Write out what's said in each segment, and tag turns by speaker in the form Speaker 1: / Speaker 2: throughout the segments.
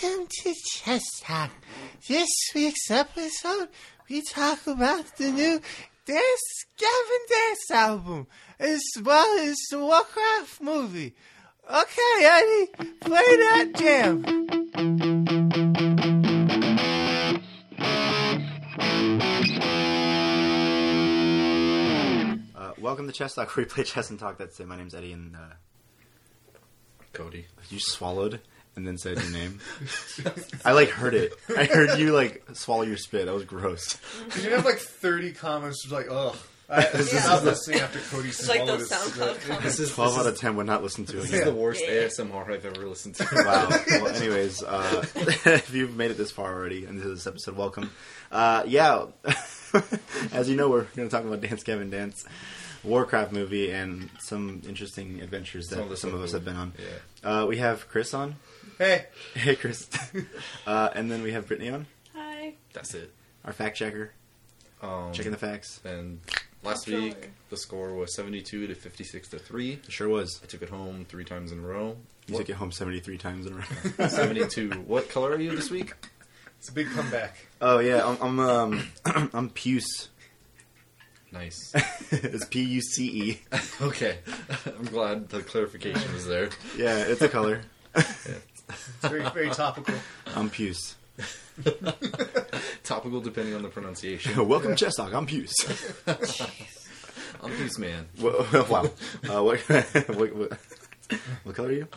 Speaker 1: to Chess Talk. This week's episode, we talk about the new Dance Gavin Dance album, as well as the Warcraft movie. Okay, Eddie, play that jam.
Speaker 2: Uh, welcome to Chess Talk, where we play chess and talk. That's it. My name's Eddie, and uh,
Speaker 3: Cody.
Speaker 2: you swallowed and then said your name. I like heard it. I heard you like swallow your spit. That was gross.
Speaker 3: You have like 30 comments like, ugh. I, this
Speaker 4: is-
Speaker 3: is listening after Cody
Speaker 4: It's like
Speaker 3: swallowed
Speaker 4: those
Speaker 3: his
Speaker 4: SoundCloud
Speaker 3: spit.
Speaker 4: comments.
Speaker 5: is
Speaker 2: Twelve out of ten would not listen to
Speaker 5: This
Speaker 2: again.
Speaker 5: is the worst
Speaker 4: Yeah.
Speaker 5: ASMR I've ever listened to.
Speaker 2: Wow. Well, anyways, uh, if you've made it this far already into this episode, welcome. Uh, yeah, as you know, we're going to talk about Dance Gavin Dance, Warcraft movie, and some interesting adventures that some of, us have been on. Uh, we have Chris on.
Speaker 3: Hey,
Speaker 2: Hey, Chris. uh, and then we have Brittany on,
Speaker 4: Hi.
Speaker 5: That's it.
Speaker 2: our fact checker,
Speaker 5: Um,
Speaker 2: checking the facts.
Speaker 5: and last
Speaker 4: Controller.
Speaker 5: week the score was 72 to 56 to three.
Speaker 2: It sure was.
Speaker 5: I took it home three times in a row.
Speaker 2: You took it home 73 times in a row.
Speaker 5: 72. what color are you this week?
Speaker 3: it's a big comeback.
Speaker 2: oh, yeah, I'm, I'm, um, I'm Puce.
Speaker 5: Nice.
Speaker 2: it's P U C E.
Speaker 5: Okay. I'm glad the clarification was there.
Speaker 2: Yeah, it's a color.
Speaker 3: It's very, very topical.
Speaker 2: I'm Puce.
Speaker 5: Topical depending on the pronunciation.
Speaker 2: Welcome to Chess Talk. I'm Puce.
Speaker 5: I'm Peace Man.
Speaker 2: Wha- wow. Uh, what, what, what, what color are you?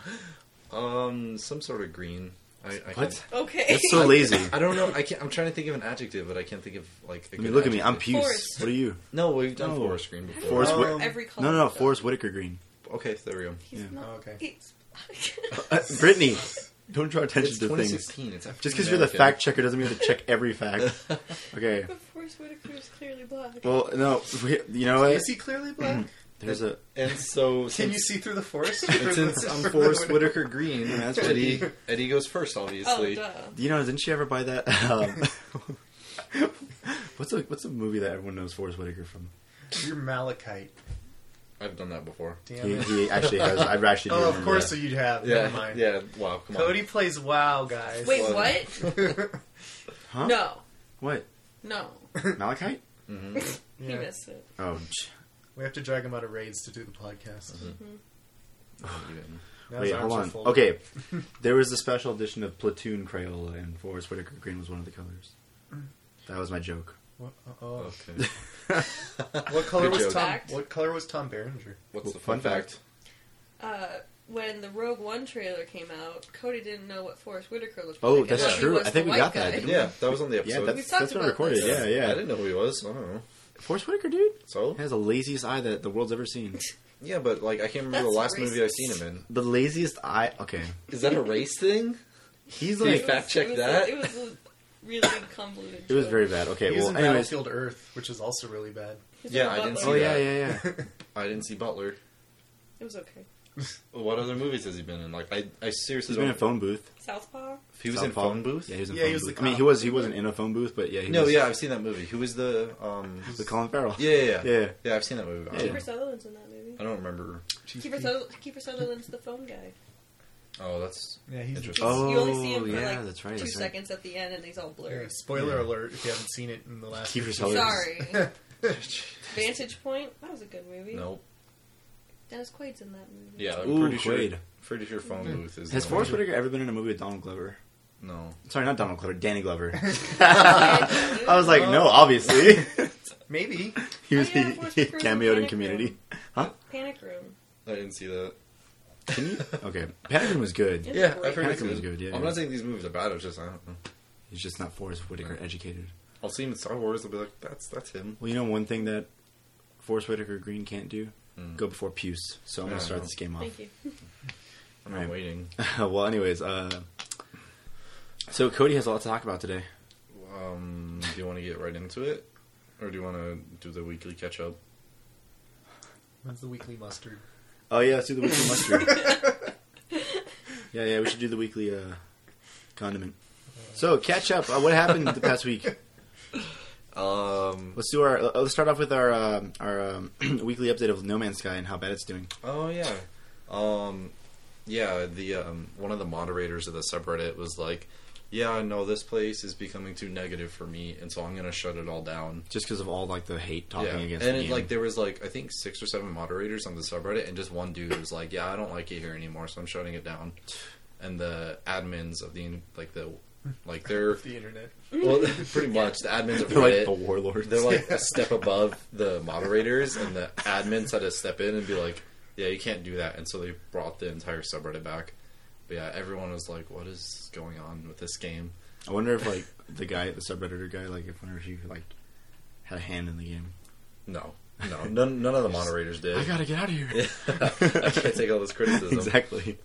Speaker 5: Um, some sort of green. I, I
Speaker 2: What?
Speaker 5: can't-
Speaker 4: Okay.
Speaker 2: That's so lazy.
Speaker 5: I don't know. I can't, I'm trying to think of an adjective, but I can't think of like. A
Speaker 2: I mean, look at me. I'm
Speaker 5: adjective.
Speaker 2: Puce.
Speaker 4: Forest.
Speaker 2: What are you?
Speaker 5: No, we've done
Speaker 2: No.
Speaker 5: forest green before.
Speaker 2: Forest
Speaker 3: Um,
Speaker 2: Whitaker.
Speaker 4: Every color.
Speaker 2: No, no, no.
Speaker 4: though.
Speaker 2: Forest Whitaker green.
Speaker 5: Okay, there we go.
Speaker 4: He's
Speaker 2: Yeah.
Speaker 4: not.
Speaker 3: Oh, okay.
Speaker 4: He's.
Speaker 2: Uh, Brittany, don't draw attention
Speaker 5: It's
Speaker 2: to things.
Speaker 5: 2016. It's African
Speaker 2: Just because you're the
Speaker 5: American.
Speaker 2: fact checker doesn't mean you have to check every fact. Okay.
Speaker 4: but Forrest Whitaker is clearly black.
Speaker 2: Well, no. We, you know what?
Speaker 3: Is he clearly black?
Speaker 5: Mm-hmm.
Speaker 2: There's a.
Speaker 5: And so
Speaker 3: Can you
Speaker 5: since-
Speaker 3: see through the forest?
Speaker 5: and since I'm um, Forrest Whitaker Green,
Speaker 2: That's
Speaker 5: Eddie
Speaker 2: pretty.
Speaker 5: Eddie goes first,
Speaker 4: oh,
Speaker 5: obviously.
Speaker 4: duh.
Speaker 2: You know, didn't she ever buy that? Um, what's a what's a movie that everyone knows Forrest Whitaker from?
Speaker 3: You're malachite.
Speaker 5: I've done that before.
Speaker 3: Damn
Speaker 2: He,
Speaker 3: it.
Speaker 2: he actually has. I actually. do
Speaker 3: Oh, of
Speaker 2: remember
Speaker 3: course
Speaker 2: that.
Speaker 3: you'd have.
Speaker 5: Yeah,
Speaker 3: Never mind.
Speaker 5: yeah. Wow, come
Speaker 3: Cody plays WoW, guys.
Speaker 4: Wait,
Speaker 5: Well-
Speaker 4: what?
Speaker 2: Huh?
Speaker 4: No.
Speaker 2: What?
Speaker 4: No.
Speaker 2: Malachite?
Speaker 5: on. hmm
Speaker 4: He
Speaker 3: Yeah.
Speaker 4: missed it.
Speaker 2: Oh, j-
Speaker 3: We have to drag him out of raids to do the podcast. Now his
Speaker 2: wait, hold
Speaker 3: arms are
Speaker 2: on.
Speaker 3: folded.
Speaker 2: Okay, there was a special edition of Platoon Crayola, and Forrest Whitaker green was one of the colors. That was my joke.
Speaker 3: What, oh,
Speaker 5: Okay.
Speaker 3: what color
Speaker 5: Good
Speaker 3: was
Speaker 5: joke.
Speaker 3: Tom?
Speaker 4: Fact.
Speaker 3: What color was Tom Berenger?
Speaker 5: What's the
Speaker 2: Fun
Speaker 5: fun fact?
Speaker 4: Uh, when the Rogue One trailer came out, Cody didn't know what Forrest Whitaker looked
Speaker 2: Oh,
Speaker 4: like. I
Speaker 2: that's
Speaker 4: thought he
Speaker 2: true.
Speaker 4: was
Speaker 2: I think
Speaker 4: the
Speaker 2: we got
Speaker 4: white
Speaker 2: that,
Speaker 4: guy.
Speaker 2: didn't
Speaker 5: Yeah, that was on the episode.
Speaker 2: Yeah, that's
Speaker 4: We've talked
Speaker 2: that's been
Speaker 4: about
Speaker 2: recorded.
Speaker 4: this.
Speaker 2: Yeah,
Speaker 5: I
Speaker 2: yeah.
Speaker 5: didn't know who he was. I don't know.
Speaker 2: Forrest Whitaker, dude,
Speaker 5: So
Speaker 2: has the laziest eye that the world's ever seen.
Speaker 5: yeah, but like I can't remember
Speaker 4: That's
Speaker 5: the last movie I've
Speaker 4: racist.
Speaker 5: seen him
Speaker 2: The laziest eye. Okay,
Speaker 5: in. Is that a race thing?
Speaker 2: he's
Speaker 5: Did
Speaker 4: It
Speaker 5: he
Speaker 2: like.
Speaker 4: was-
Speaker 5: fact check
Speaker 4: it was
Speaker 5: that?
Speaker 4: A, it was a really convoluted.
Speaker 2: It was
Speaker 4: joke.
Speaker 2: very bad. Okay,
Speaker 3: He was
Speaker 2: well,
Speaker 3: in
Speaker 2: anyways.
Speaker 3: Battlefield Earth, which is also really bad.
Speaker 4: He's
Speaker 5: Yeah,
Speaker 4: a
Speaker 5: I didn't
Speaker 4: butler.
Speaker 2: Oh
Speaker 5: see
Speaker 2: yeah,
Speaker 5: that.
Speaker 2: yeah, yeah.
Speaker 5: I didn't see Butler.
Speaker 4: It was okay.
Speaker 5: What other movies has he been in? Like I, I seriously
Speaker 2: He's been in a
Speaker 5: don't.
Speaker 2: phone booth.
Speaker 4: Southpaw.
Speaker 5: he was in
Speaker 2: Southpaw.
Speaker 5: phone booth.
Speaker 2: Yeah, he was in
Speaker 3: Yeah,
Speaker 2: phone
Speaker 3: he was the
Speaker 2: booth. I mean,
Speaker 3: cop.
Speaker 2: he was he wasn't in a phone booth, but yeah, he
Speaker 5: No,
Speaker 2: was,
Speaker 5: yeah, I've seen that movie. Who was the um?
Speaker 2: he was the Colin Farrell.
Speaker 5: Yeah, yeah, yeah.
Speaker 2: Yeah.
Speaker 5: Yeah, I've seen that movie. I don't-
Speaker 4: Kiefer Sutherland's in that movie.
Speaker 5: I don't remember.
Speaker 4: Kiefer, Suther- Kiefer Sutherland's the phone guy.
Speaker 5: Oh, that's
Speaker 3: Yeah, he's the-
Speaker 5: Interesting.
Speaker 2: Oh,
Speaker 4: you only see him for
Speaker 2: yeah,
Speaker 4: like
Speaker 2: that's right,
Speaker 4: two
Speaker 2: that's right.
Speaker 4: seconds at the end, and he's all
Speaker 3: Yeah,
Speaker 4: blurred.
Speaker 3: spoiler
Speaker 2: Yeah.
Speaker 3: alert if you haven't seen it in the last.
Speaker 2: Kiefer
Speaker 3: fifteen
Speaker 2: Sutherland.
Speaker 4: Sorry.
Speaker 3: years.
Speaker 4: Vantage Point. That was a good movie.
Speaker 5: nope.
Speaker 4: Dennis Quaid's in that movie.
Speaker 5: Yeah, I'm
Speaker 2: Ooh,
Speaker 5: pretty sure.
Speaker 2: Quaid.
Speaker 5: Pretty sure phone booth is.
Speaker 2: Has
Speaker 5: the
Speaker 2: Forrest
Speaker 5: one.
Speaker 2: Whitaker ever been in a movie with Donald Glover?
Speaker 5: No.
Speaker 2: Sorry, not Donald Glover, Danny Glover.
Speaker 4: Yeah,
Speaker 2: I was like, no, obviously.
Speaker 3: Maybe.
Speaker 2: he was
Speaker 4: Oh, yeah, Forrest
Speaker 2: he, he
Speaker 4: Whitaker was in
Speaker 2: cameoed in
Speaker 4: Panic
Speaker 2: Community.
Speaker 4: Room. Panic Room.
Speaker 5: I didn't see that.
Speaker 2: Can you? Okay, Panic Room was good.
Speaker 4: It's
Speaker 5: Yeah,
Speaker 4: great.
Speaker 5: I've heard
Speaker 2: Panic
Speaker 5: it's
Speaker 2: Room is
Speaker 5: good.
Speaker 2: good, yeah,
Speaker 5: I'm
Speaker 2: yeah.
Speaker 5: not saying these movies are bad. It's just I don't know.
Speaker 2: He's just not Forrest Whitaker
Speaker 5: Right.
Speaker 2: educated.
Speaker 5: I'll see him in Star Wars. I'll be like, that's that's him.
Speaker 2: Well, you know one thing that Forrest Whitaker Green can't do.
Speaker 5: Mm.
Speaker 2: Go before Puce. So I'm gonna
Speaker 5: Yeah.
Speaker 2: start this game off.
Speaker 4: Thank you.
Speaker 5: I'm
Speaker 2: Right.
Speaker 5: waiting.
Speaker 2: well, anyways, uh, so Cody has a lot to talk about today.
Speaker 5: Um, do you want to get right into it, or do you want to do the weekly catch up?
Speaker 3: That's the weekly mustard.
Speaker 2: Oh yeah, let's do the weekly mustard. yeah, yeah, we should do the weekly uh, condiment. So catch up. Uh, what happened the past week?
Speaker 5: Um.
Speaker 2: Let's do our. uh, Let's start off with our um, our um, weekly update of No Man's Sky and how bad it's doing.
Speaker 5: Oh yeah. Oh, Um. Yeah, the um, one of the moderators of the subreddit was like, "Yeah, no, this place is becoming too negative for me, and so I'm gonna shut it all down."
Speaker 2: Just because of all like the hate talking
Speaker 5: yeah,
Speaker 2: against
Speaker 5: and
Speaker 2: the
Speaker 5: it,
Speaker 2: game.
Speaker 5: like there was like I think six or seven moderators on the subreddit, and just one dude was like, "Yeah, I don't like it here anymore, so I'm shutting it down." And the admins of the like the like they're
Speaker 3: The internet.
Speaker 5: well, pretty much the admins of
Speaker 2: They're like
Speaker 5: Reddit
Speaker 2: the warlords.
Speaker 5: they're like a step above the moderators, and the admins had to step in and be like, "Yeah, you can't do that." And so they brought the entire subreddit back. But yeah, everyone was like, "What is going on with this game?"
Speaker 2: I wonder if like the guy, the subredditor guy, like if whenever he like had a hand in the game.
Speaker 5: No, no, none, none of the moderators did.
Speaker 2: I gotta get out of here.
Speaker 5: I can't take all this criticism.
Speaker 2: Exactly.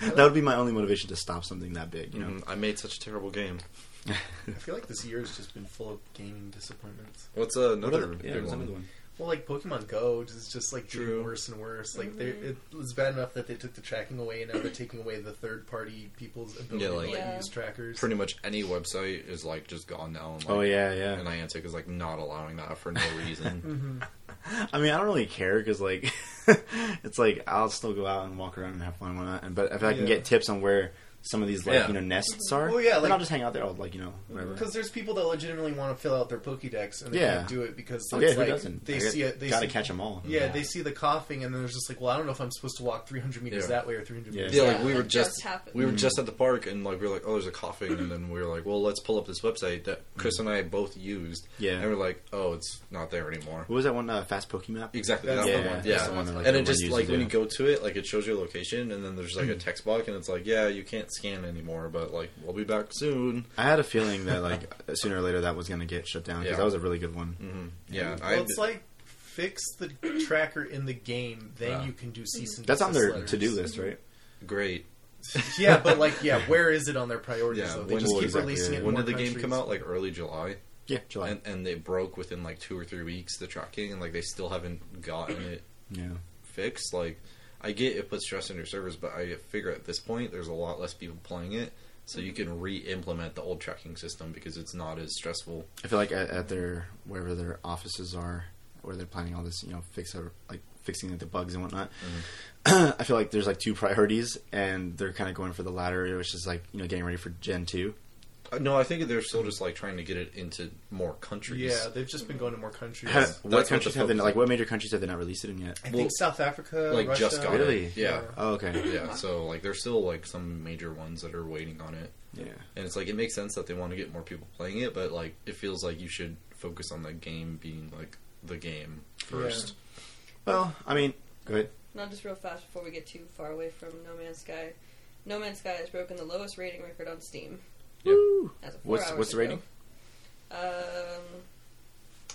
Speaker 2: that would be my only motivation to stop something that big. You know,
Speaker 5: Mhm, I made such a terrible game.
Speaker 3: I feel like this year has just been full of gaming disappointments.
Speaker 5: What's another
Speaker 2: What other-
Speaker 5: big
Speaker 2: yeah, what's
Speaker 5: one?
Speaker 2: another one?
Speaker 3: Well, like Pokemon Go is just like
Speaker 5: True.
Speaker 3: getting worse and worse. Like they it was bad enough that they took the tracking away, and now they're taking away the third party people's ability
Speaker 5: Yeah, like-
Speaker 3: to like,
Speaker 4: Yeah.
Speaker 3: use trackers.
Speaker 5: Pretty much any website is like just gone now. And, like,
Speaker 2: Oh yeah, yeah.
Speaker 5: And Niantic is like not allowing that for no reason.
Speaker 2: I mean, I don't really care because like, it's like I'll still go out and walk around and have fun and whatnot. And but if I can
Speaker 3: Yeah.
Speaker 2: get tips on where some of these like
Speaker 5: Yeah.
Speaker 2: you know nests are,
Speaker 3: Well, yeah,
Speaker 2: then
Speaker 3: like- Mm-hmm.
Speaker 2: I'll just hang out there. I'll like you know whatever.
Speaker 3: Because there's people that legitimately want to fill out their Pokédex and they
Speaker 2: Yeah.
Speaker 3: can't do it because
Speaker 2: Oh,
Speaker 3: it's
Speaker 2: yeah, who
Speaker 3: like
Speaker 2: doesn't?
Speaker 3: they
Speaker 2: I
Speaker 3: see it. They
Speaker 2: gotta
Speaker 3: see,
Speaker 2: catch them all.
Speaker 3: Yeah, they see the coughing and then there's just like, well, I don't know if I'm supposed to walk 300 meters
Speaker 5: Yeah.
Speaker 3: that way or 300
Speaker 2: Yeah.
Speaker 3: meters.
Speaker 5: yeah,
Speaker 4: Yeah,
Speaker 5: like we were
Speaker 4: that does
Speaker 5: just
Speaker 4: happen.
Speaker 5: we were just
Speaker 2: Mm-hmm.
Speaker 5: at the park and like we were like, oh, there's a coughing, and then we were like, well, let's pull up this website that Chris and I both used.
Speaker 2: Mm-hmm. Yeah.
Speaker 5: and we're like, oh, it's not there anymore.
Speaker 2: What was that one? Uh, fast Pokemon.
Speaker 5: Exactly. That's
Speaker 3: That's the
Speaker 5: the
Speaker 3: one.
Speaker 5: one.
Speaker 2: that's
Speaker 5: Yeah.
Speaker 2: the one that, like,
Speaker 5: and it
Speaker 2: everyone
Speaker 5: just
Speaker 2: uses,
Speaker 5: like when
Speaker 2: yeah. Mm-hmm.
Speaker 5: you go to it, like it shows your location, and then there's like a text box, and it's like, yeah, you can't scan anymore, but like we'll be back soon.
Speaker 2: I had a feeling that like sooner or later that was gonna get shut down because
Speaker 5: Yeah.
Speaker 2: that was a really good one.
Speaker 5: Yeah, I,
Speaker 3: Well, it's like fix the tracker in the game, then
Speaker 5: Uh,
Speaker 3: you can do cease and
Speaker 2: That's on
Speaker 3: desist
Speaker 2: their
Speaker 3: letters.
Speaker 2: to do list, right?
Speaker 5: great.
Speaker 3: yeah, but like, yeah, where is it on their priorities?
Speaker 5: Yeah,
Speaker 3: though? They
Speaker 5: when-
Speaker 3: just
Speaker 2: well,
Speaker 3: keep
Speaker 2: exactly,
Speaker 3: releasing
Speaker 2: yeah.
Speaker 3: it. in
Speaker 5: When
Speaker 3: more
Speaker 5: did the game
Speaker 3: countries.
Speaker 5: come out? Like early July,
Speaker 2: Yeah, July.
Speaker 5: and and they broke within like two or three weeks the tracking, and like they still haven't gotten it
Speaker 2: yeah.
Speaker 5: fixed. Like, I get it puts stress on your servers, but I figure at this point there's a lot less people playing it, so you can re-implement the old tracking system because it's not as stressful.
Speaker 2: I feel like at, at their wherever their offices are, where they're planning all this, you know, fix or like fixing like, the bugs and whatnot. I feel like there's like two priorities, and they're kind of going for the latter, which is like you know getting ready for Gen two.
Speaker 5: Uh, No, I think they're still just like trying to get it into more countries.
Speaker 3: Yeah, they've just been going to more countries.
Speaker 2: Have-
Speaker 5: that's
Speaker 2: what
Speaker 5: what
Speaker 2: countries
Speaker 5: the
Speaker 2: have they
Speaker 5: focus
Speaker 2: like?
Speaker 5: is.
Speaker 2: What major countries have they not released it in yet?
Speaker 3: I
Speaker 5: well,
Speaker 3: think South Africa,
Speaker 5: like
Speaker 3: Russia,
Speaker 5: just got
Speaker 2: Really?
Speaker 5: it. Yeah.
Speaker 2: Oh, okay.
Speaker 5: Yeah, so like there's still like some major ones that are waiting on it.
Speaker 2: Yeah.
Speaker 5: And it's like it makes sense that they want to get more people playing it, but like it feels like you should focus on the game being like the game first.
Speaker 2: Well, I mean, go ahead.
Speaker 4: Not just real fast before we get too far away from No Man's Sky. No Man's Sky has broken the lowest rating record on Steam.
Speaker 5: Yep.
Speaker 2: Woo!
Speaker 4: As of four
Speaker 2: What's
Speaker 4: hours
Speaker 2: what's the
Speaker 4: ago.
Speaker 2: rating?
Speaker 4: Um,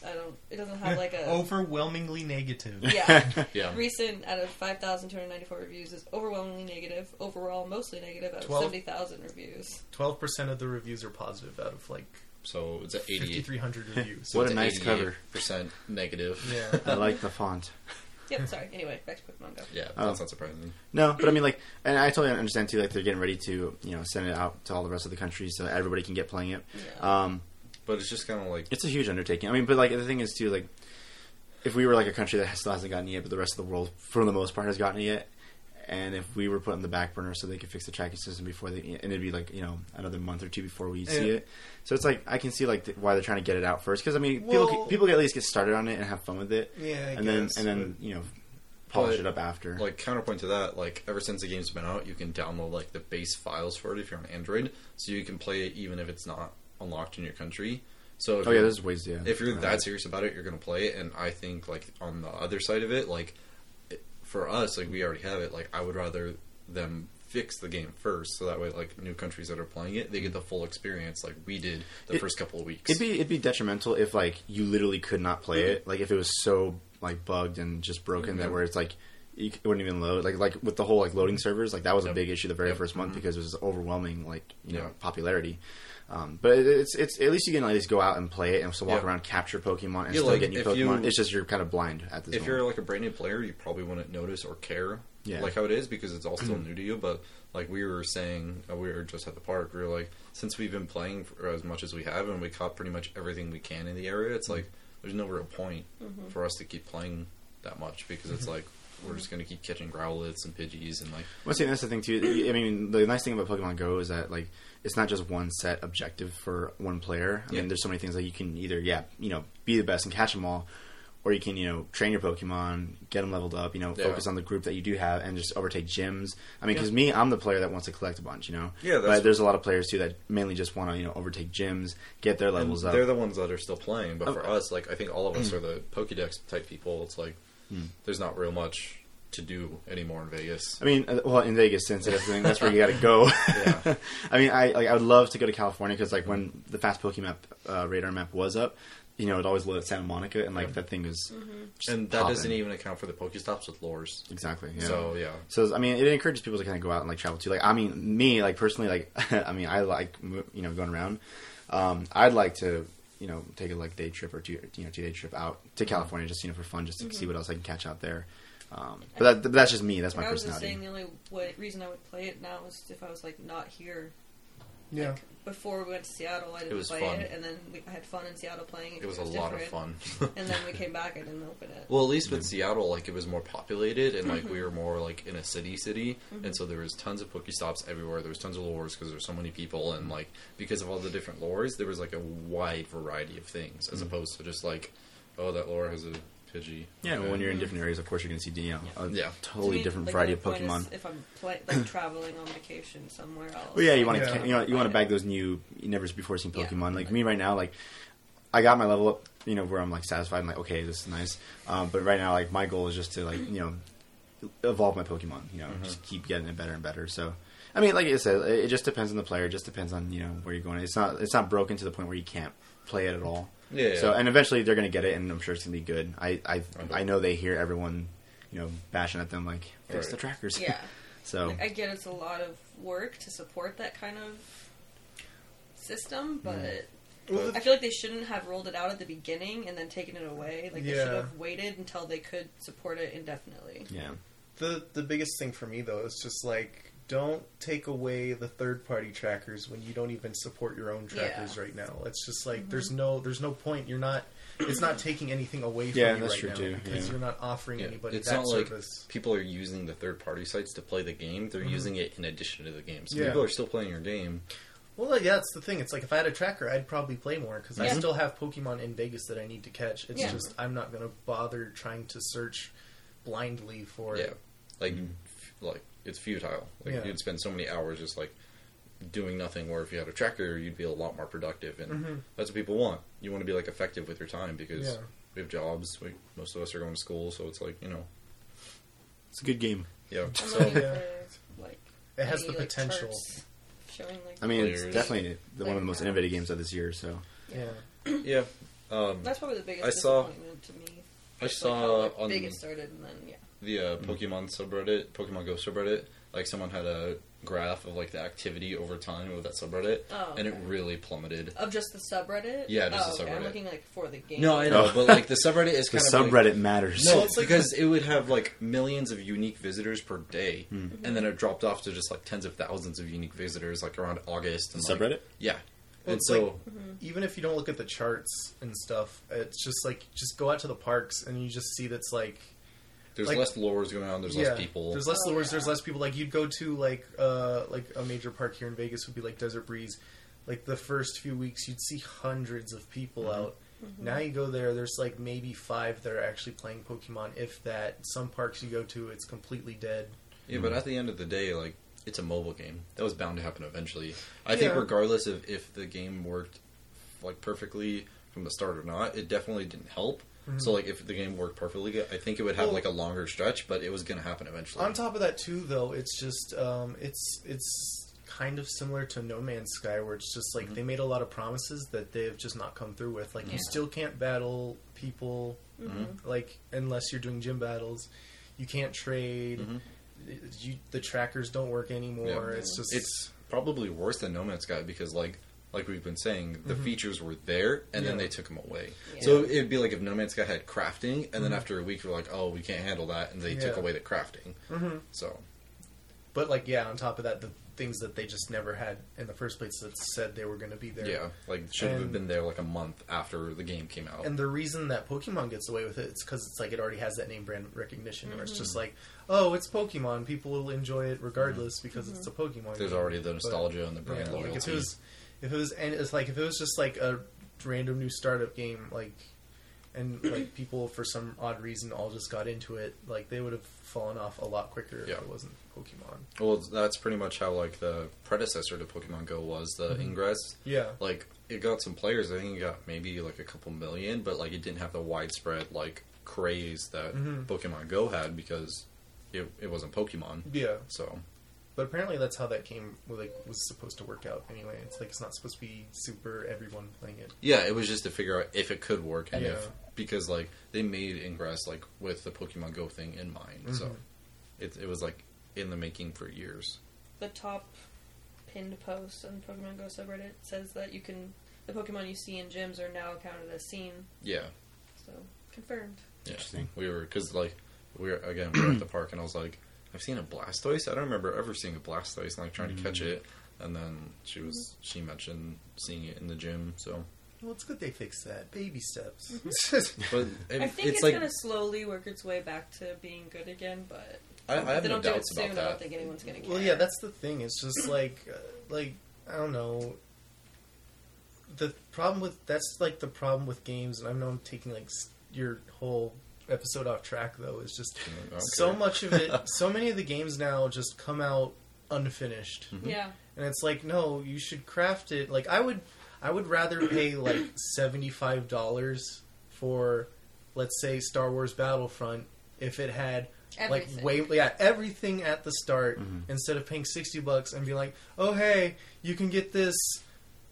Speaker 4: I don't. It doesn't have like
Speaker 5: Oh,
Speaker 4: a.
Speaker 3: overwhelmingly negative.
Speaker 4: Yeah.
Speaker 5: Yeah.
Speaker 4: Recent out of 5,294 reviews is overwhelmingly negative. Overall, mostly negative out of
Speaker 3: Twelve.
Speaker 4: 70,000 reviews.
Speaker 3: Twelve percent of the reviews are positive out of like
Speaker 5: So it's at 88.
Speaker 3: 5,300 reviews.
Speaker 2: What a nice cover.
Speaker 5: Percent negative.
Speaker 3: yeah.
Speaker 2: I like the font. Hmm.
Speaker 4: Yep, sorry. Anyway, back to Pokemon Go.
Speaker 5: Yeah,
Speaker 2: Oh.
Speaker 5: that's not surprising.
Speaker 2: No, but I mean, like, and I totally understand too. Like, they're getting ready to, you know, send it out to all the rest of the country so everybody can get playing it.
Speaker 4: Yeah.
Speaker 2: Um,
Speaker 5: But it's just kind of like
Speaker 2: It's a huge undertaking. I mean, but like the thing is too, like if we were like a country that still hasn't gotten it yet, but the rest of the world for the most part has gotten it yet, and if we were put on the back burner so they could fix the tracking system before they, and it'd be like you know another month or two before we see
Speaker 5: Yeah.
Speaker 2: it. So it's like I can see like th- why they're trying to get it out first because I mean people
Speaker 3: Well-
Speaker 2: can- people can at least get started on it and have fun with it,
Speaker 3: Yeah, I
Speaker 2: and
Speaker 3: guess,
Speaker 2: then and then you know polish
Speaker 5: But,
Speaker 2: it up after.
Speaker 5: like counterpoint to that, like ever since the game's been out, you can download like the base files for it if you're on Android, so you can play it even if it's not unlocked in your country. So if
Speaker 2: oh yeah,
Speaker 5: you're-
Speaker 2: there's ways. Yeah,
Speaker 5: if you're
Speaker 2: around
Speaker 5: that
Speaker 2: it.
Speaker 5: serious about it, you're gonna play it. And I think like on the other side of it, like it- for us, like we already have it. Like I would rather them fix the game first, so that way like new countries that are playing it, they get the full experience like we did the
Speaker 2: It-
Speaker 5: first couple of weeks. Mm-hmm.
Speaker 2: It'd be it'd be detrimental if like you literally could not play it. Like if it was so like bugged and just broken that
Speaker 5: Mhm.
Speaker 2: where it's like you c- it wouldn't even load. Like like with the whole like loading servers, like that was a
Speaker 5: Yep.
Speaker 2: big issue the very
Speaker 5: Yep. Mm-hmm.
Speaker 2: first month because it was overwhelming like you know
Speaker 5: Yeah.
Speaker 2: popularity. Um, but it, it's it's at least you can at least go out and play it and still walk
Speaker 5: Yeah.
Speaker 2: around capture Pokemon and
Speaker 5: Yeah,
Speaker 2: still
Speaker 5: like,
Speaker 2: get new
Speaker 5: if
Speaker 2: Pokemon.
Speaker 5: you-
Speaker 2: it's just you're kind of blind at this.
Speaker 5: if
Speaker 2: moment.
Speaker 5: you're like a brand new player, you probably wouldn't notice or care
Speaker 2: Yeah. Mm-hmm.
Speaker 5: like how it is because it's all still new to you. But like we were saying, uh, we were just at the park. We were like, since we've been playing for as much as we have, and we caught pretty much everything we
Speaker 2: Mm-hmm. Mm-hmm.
Speaker 5: can in the area, it's like there's no real point for us to keep playing that much because it's like we're just gonna keep catching growlits and pidgeys and like
Speaker 2: Well, see, that's the thing too. I mean, the nice thing about Pokemon Go is that like it's not just one set objective for one player. I
Speaker 5: Yeah.
Speaker 2: mean, there's so many things that you can either yeah, you know, be the best and catch them all, or you can you know train your Pokemon, get them leveled up, you know,
Speaker 5: Yeah.
Speaker 2: focus on the group that you do have, and just overtake gyms. I mean,
Speaker 5: Yeah.
Speaker 2: because me, I'm the player that wants to collect a bunch, you know.
Speaker 5: Yeah, that's-
Speaker 2: but there's a lot of players too that mainly just want to you know overtake gyms, get their
Speaker 5: and
Speaker 2: levels up.
Speaker 5: they're the ones that are still playing. But
Speaker 2: Oh. Mm-hmm.
Speaker 5: for us, like I think all of us are the Pokedex type people. It's like
Speaker 2: Hmm.
Speaker 5: there's not real much to do anymore in Vegas.
Speaker 2: I mean, uh, well, in Vegas, since that's, the thing, that's where you got to go.
Speaker 5: Yeah.
Speaker 2: I mean, I like, I would love to go to California because like when the Fast Pokemap uh, radar map was up, you know, it always looked at Santa Monica, and like that thing was.
Speaker 4: Mm-hmm.
Speaker 2: just
Speaker 5: And that
Speaker 2: popping.
Speaker 5: doesn't even account for the Pokestops with lures.
Speaker 2: exactly. Yeah.
Speaker 5: So yeah,
Speaker 2: So I mean, it encourages people to kind of go out and like travel too. Like I mean, me like personally, like I mean, I like mo- you know going around. Um, I'd like to you know take a like day trip or two you know two day trip out
Speaker 5: Mm-hmm.
Speaker 2: to California just you know for fun
Speaker 4: Mm-hmm.
Speaker 2: just to see what else I can catch out there. Um, but that, but that's just me. That's my
Speaker 4: I was just
Speaker 2: personality.
Speaker 4: saying the only way, reason I would play it now is if I was like not here.
Speaker 3: Yeah.
Speaker 4: Before we went to Seattle, I didn't
Speaker 5: was
Speaker 4: play
Speaker 5: fun.
Speaker 4: it, and then we I had fun in Seattle playing it.
Speaker 5: it was a lot of
Speaker 4: different.
Speaker 5: fun.
Speaker 4: And then we came back, I didn't open it.
Speaker 5: Well, at least with Seattle, like it was more populated, and like we were more like in a city city, and so there was tons of Pokestops everywhere. There was tons of lures because there's so many people, and like because of all the different lures, there was like a wide variety of things as opposed to just like, oh, that lore has a Pidgey.
Speaker 2: Yeah,
Speaker 5: Okay.
Speaker 2: when you're in different areas, of course you're going to see you know, a
Speaker 5: Yeah.
Speaker 4: To
Speaker 2: totally
Speaker 4: me,
Speaker 2: different
Speaker 4: like,
Speaker 2: variety
Speaker 4: the
Speaker 2: of
Speaker 4: point is
Speaker 2: Pokemon.
Speaker 4: If I'm play, like traveling on vacation somewhere else.
Speaker 2: Well, yeah, you want to
Speaker 3: Yeah.
Speaker 2: you know you want to bag those new you never before seen Pokemon. Like me right now, like I got my level up, you know, where I'm like satisfied. I'm like, okay, this is nice. Um, but right now, like my goal is just to like you know evolve my Pokemon. You know, just keep getting it better and better. So. I mean, like I said, it it just depends on the player. It just depends on you know where you're going. It's not it's not broken to the point where you can't play it at all.
Speaker 5: Yeah, yeah.
Speaker 2: So and eventually they're gonna get it, and I'm sure it's gonna be good. I I,
Speaker 5: hope.
Speaker 2: I know they hear everyone, you know, bashing at them like fix
Speaker 5: Right.
Speaker 2: the trackers.
Speaker 4: Yeah.
Speaker 2: So
Speaker 4: Like, I get it's a lot of work to support that kind of system, but
Speaker 5: Mm-hmm.
Speaker 3: Well,
Speaker 4: I feel like they shouldn't have rolled it out at the beginning and then taken it away. Like they should
Speaker 3: Yeah.
Speaker 4: have waited until they could support it indefinitely.
Speaker 2: yeah,
Speaker 3: the the biggest thing for me though is just like don't take away the third party trackers when you don't even support your own trackers
Speaker 4: Yeah. Mm-hmm.
Speaker 3: right now. It's just like there's no there's no point. You're not it's not taking anything away from
Speaker 2: Yeah,
Speaker 3: you
Speaker 2: that's
Speaker 3: right
Speaker 2: true,
Speaker 3: now
Speaker 2: too.
Speaker 3: because
Speaker 2: Yeah.
Speaker 3: you're not offering
Speaker 5: Yeah,
Speaker 3: anybody
Speaker 5: it's
Speaker 3: that
Speaker 5: not like
Speaker 3: service.
Speaker 5: people are using the third party sites to play the game; they're using it in addition to the game. So
Speaker 3: Yeah.
Speaker 5: people are still playing your game.
Speaker 3: Well, yeah, that's the thing. It's like if I had a tracker, I'd probably play more because I
Speaker 4: Yeah.
Speaker 3: still have Pokemon in Vegas that I need to catch. It's
Speaker 4: Yeah.
Speaker 3: just I'm not going to bother trying to search blindly for
Speaker 5: Yeah, like
Speaker 2: Mm-hmm.
Speaker 5: f- like it's futile. Like
Speaker 3: Yeah.
Speaker 5: you'd spend so many hours just like doing nothing. Where if you had a tracker, you'd be a lot more productive, and that's what people want. You want to be like effective with your time because
Speaker 3: Mm-hmm. Yeah.
Speaker 5: we have jobs. We, most of us are going to school, so it's like you know,
Speaker 2: it's a good game.
Speaker 5: yeah.
Speaker 4: I'm
Speaker 5: So
Speaker 4: looking
Speaker 3: Yeah.
Speaker 4: for like
Speaker 3: It has
Speaker 4: any,
Speaker 3: the
Speaker 4: like,
Speaker 3: potential.
Speaker 4: charts showing like
Speaker 2: I mean,
Speaker 5: Players.
Speaker 2: it's definitely the, one of the most innovative games of this year. So
Speaker 3: yeah.
Speaker 5: yeah, um,
Speaker 4: that's probably the biggest
Speaker 5: I saw-
Speaker 4: disappointment to me.
Speaker 5: I
Speaker 4: Like, how,
Speaker 5: saw
Speaker 4: like,
Speaker 5: on
Speaker 4: big it started and then yeah.
Speaker 5: the uh,
Speaker 2: Mm-hmm.
Speaker 5: Pokemon subreddit, Pokemon Go subreddit, like someone had a graph of like the activity over time of that subreddit,
Speaker 4: Oh,
Speaker 5: and it
Speaker 4: okay.
Speaker 5: really plummeted.
Speaker 4: Of just the subreddit?
Speaker 5: Yeah, just
Speaker 4: oh,
Speaker 5: the
Speaker 4: okay. I'm
Speaker 5: subreddit.
Speaker 4: looking like for the game.
Speaker 5: No, I know,
Speaker 2: Oh.
Speaker 5: but like the subreddit is
Speaker 2: the
Speaker 5: kind of like-
Speaker 2: subreddit matters.
Speaker 5: No,
Speaker 3: it's like-
Speaker 5: because it would have like millions of unique visitors per day,
Speaker 3: Hmm.
Speaker 5: and then it dropped off to just like tens of thousands of unique visitors, like around August. And, like-
Speaker 2: Subreddit?
Speaker 5: yeah. and
Speaker 3: it's
Speaker 5: so,
Speaker 3: even if you don't look at the charts and stuff, it's just like just go out to the parks and you just see that's like
Speaker 5: there's
Speaker 3: like-
Speaker 5: lures lures going on. There's less people.
Speaker 3: There's less
Speaker 4: Oh,
Speaker 3: lures.
Speaker 4: yeah.
Speaker 3: There's less people. Like you'd go to like uh like a major park here in Vegas would be like Desert Breeze. Like the first few weeks, you'd see hundreds of people
Speaker 5: Mm-hmm.
Speaker 3: out.
Speaker 4: Mm-hmm.
Speaker 3: Now you go there, there's like maybe five that are actually playing Pokemon, if that. Some parks you go to, it's completely dead.
Speaker 5: yeah, but at the end of the day, like it's a mobile game. That was bound to happen eventually. I think
Speaker 3: Yeah.
Speaker 5: regardless of if the game worked like perfectly from the start or not, it definitely didn't help. So like if the game worked perfectly, I think it would have
Speaker 3: Hmm. Well-
Speaker 5: like a longer stretch, but it was going to happen eventually.
Speaker 3: On top of that, too, though, it's just um, it's it's kind of similar to No Man's Sky, where it's just
Speaker 5: Mm-hmm.
Speaker 3: like they made a lot of promises that they have just not come through with. Like you still can't battle people, Mm-hmm. like unless you're doing gym battles. You can't trade. You, the trackers don't work anymore.
Speaker 5: Mm-hmm. Yeah.
Speaker 3: It's just
Speaker 5: it's probably worse than No Man's Sky because like like we've been saying, the features were there and then
Speaker 3: Mm-hmm. Yeah.
Speaker 5: they took them away.
Speaker 4: Yeah.
Speaker 5: So it'd be like if No Man's Sky had crafting, and then after a week we're like, oh, we can't handle that, and they took
Speaker 3: Mm-hmm. Yeah.
Speaker 5: away the crafting. Mm-hmm. So
Speaker 3: But like, yeah, on top of that, the things that they just never had in the first place that said they were going to be there.
Speaker 5: Yeah, like should have
Speaker 3: And-
Speaker 5: been there like a month after the game came out.
Speaker 3: And the reason that Pokemon gets away with it is because it's like it already has that name brand recognition, where it's just like, oh, it's Pokemon. People will enjoy it regardless because it's a Pokemon.
Speaker 5: There's
Speaker 3: game.
Speaker 5: already the
Speaker 3: But-
Speaker 5: nostalgia and the brand
Speaker 3: Yeah, like if
Speaker 5: loyalty.
Speaker 3: it was, if it was, and it's like if it was just like a random new startup game, like, and like people for some odd reason all just got into it, like they would have fallen off a lot quicker
Speaker 5: Yeah.
Speaker 3: if it wasn't Pokemon.
Speaker 5: well, that's pretty much how like the predecessor to Pokemon Go was the Ingress.
Speaker 3: Mm-hmm. Yeah,
Speaker 5: Like it got some players. I think it got maybe like a couple million, but like it didn't have the widespread like craze that
Speaker 3: Mhm.
Speaker 5: Pokemon Go had because it it wasn't Pokemon.
Speaker 3: yeah.
Speaker 5: So
Speaker 3: But apparently that's how that game like was supposed to work out. Anyway, it's like it's not supposed to be super everyone playing it.
Speaker 5: yeah, it was just to figure out if it could work and if
Speaker 3: Yeah.
Speaker 5: because like they made Ingress like with the Pokemon Go thing in mind. So
Speaker 3: Mhm.
Speaker 5: it it was like in the making for years.
Speaker 4: the top pinned post on Pokemon Go subreddit says that you can the Pokemon you see in gyms are now counted as seen,
Speaker 5: Yeah.
Speaker 4: so confirmed.
Speaker 5: Yeah.
Speaker 2: Interesting.
Speaker 5: We were because like we were again we were at the park and I was like, I've seen a Blastoise. I don't remember ever seeing a Blastoise and like trying to catch it. And then she was she mentioned seeing it in the gym. So,
Speaker 3: Well, it's good they fixed that. Baby steps.
Speaker 5: but it,
Speaker 4: I think it's,
Speaker 5: it's, like
Speaker 4: gonna slowly work its way back to being good again, but
Speaker 5: I, I
Speaker 4: if
Speaker 5: have
Speaker 4: they
Speaker 5: no
Speaker 4: don't do it
Speaker 5: doubts about
Speaker 4: soon. I don't
Speaker 5: that.
Speaker 4: think anyone's gonna care.
Speaker 3: Well, yeah, that's the thing. It's just like, uh, like I don't know. The problem with that's like the problem with games, and I know I'm taking like s- your whole episode off track though. Is just
Speaker 5: Okay.
Speaker 3: so much of it, so many of the games now just come out unfinished,
Speaker 4: yeah.
Speaker 3: and it's like, no, you should craft it. Like I would, I would rather pay like seventy five dollars for, let's say, Star Wars Battlefront if it had
Speaker 4: Everything.
Speaker 3: like way yeah everything at the start
Speaker 2: Mm-hmm.
Speaker 3: instead of paying 60 bucks and be like oh hey you can get this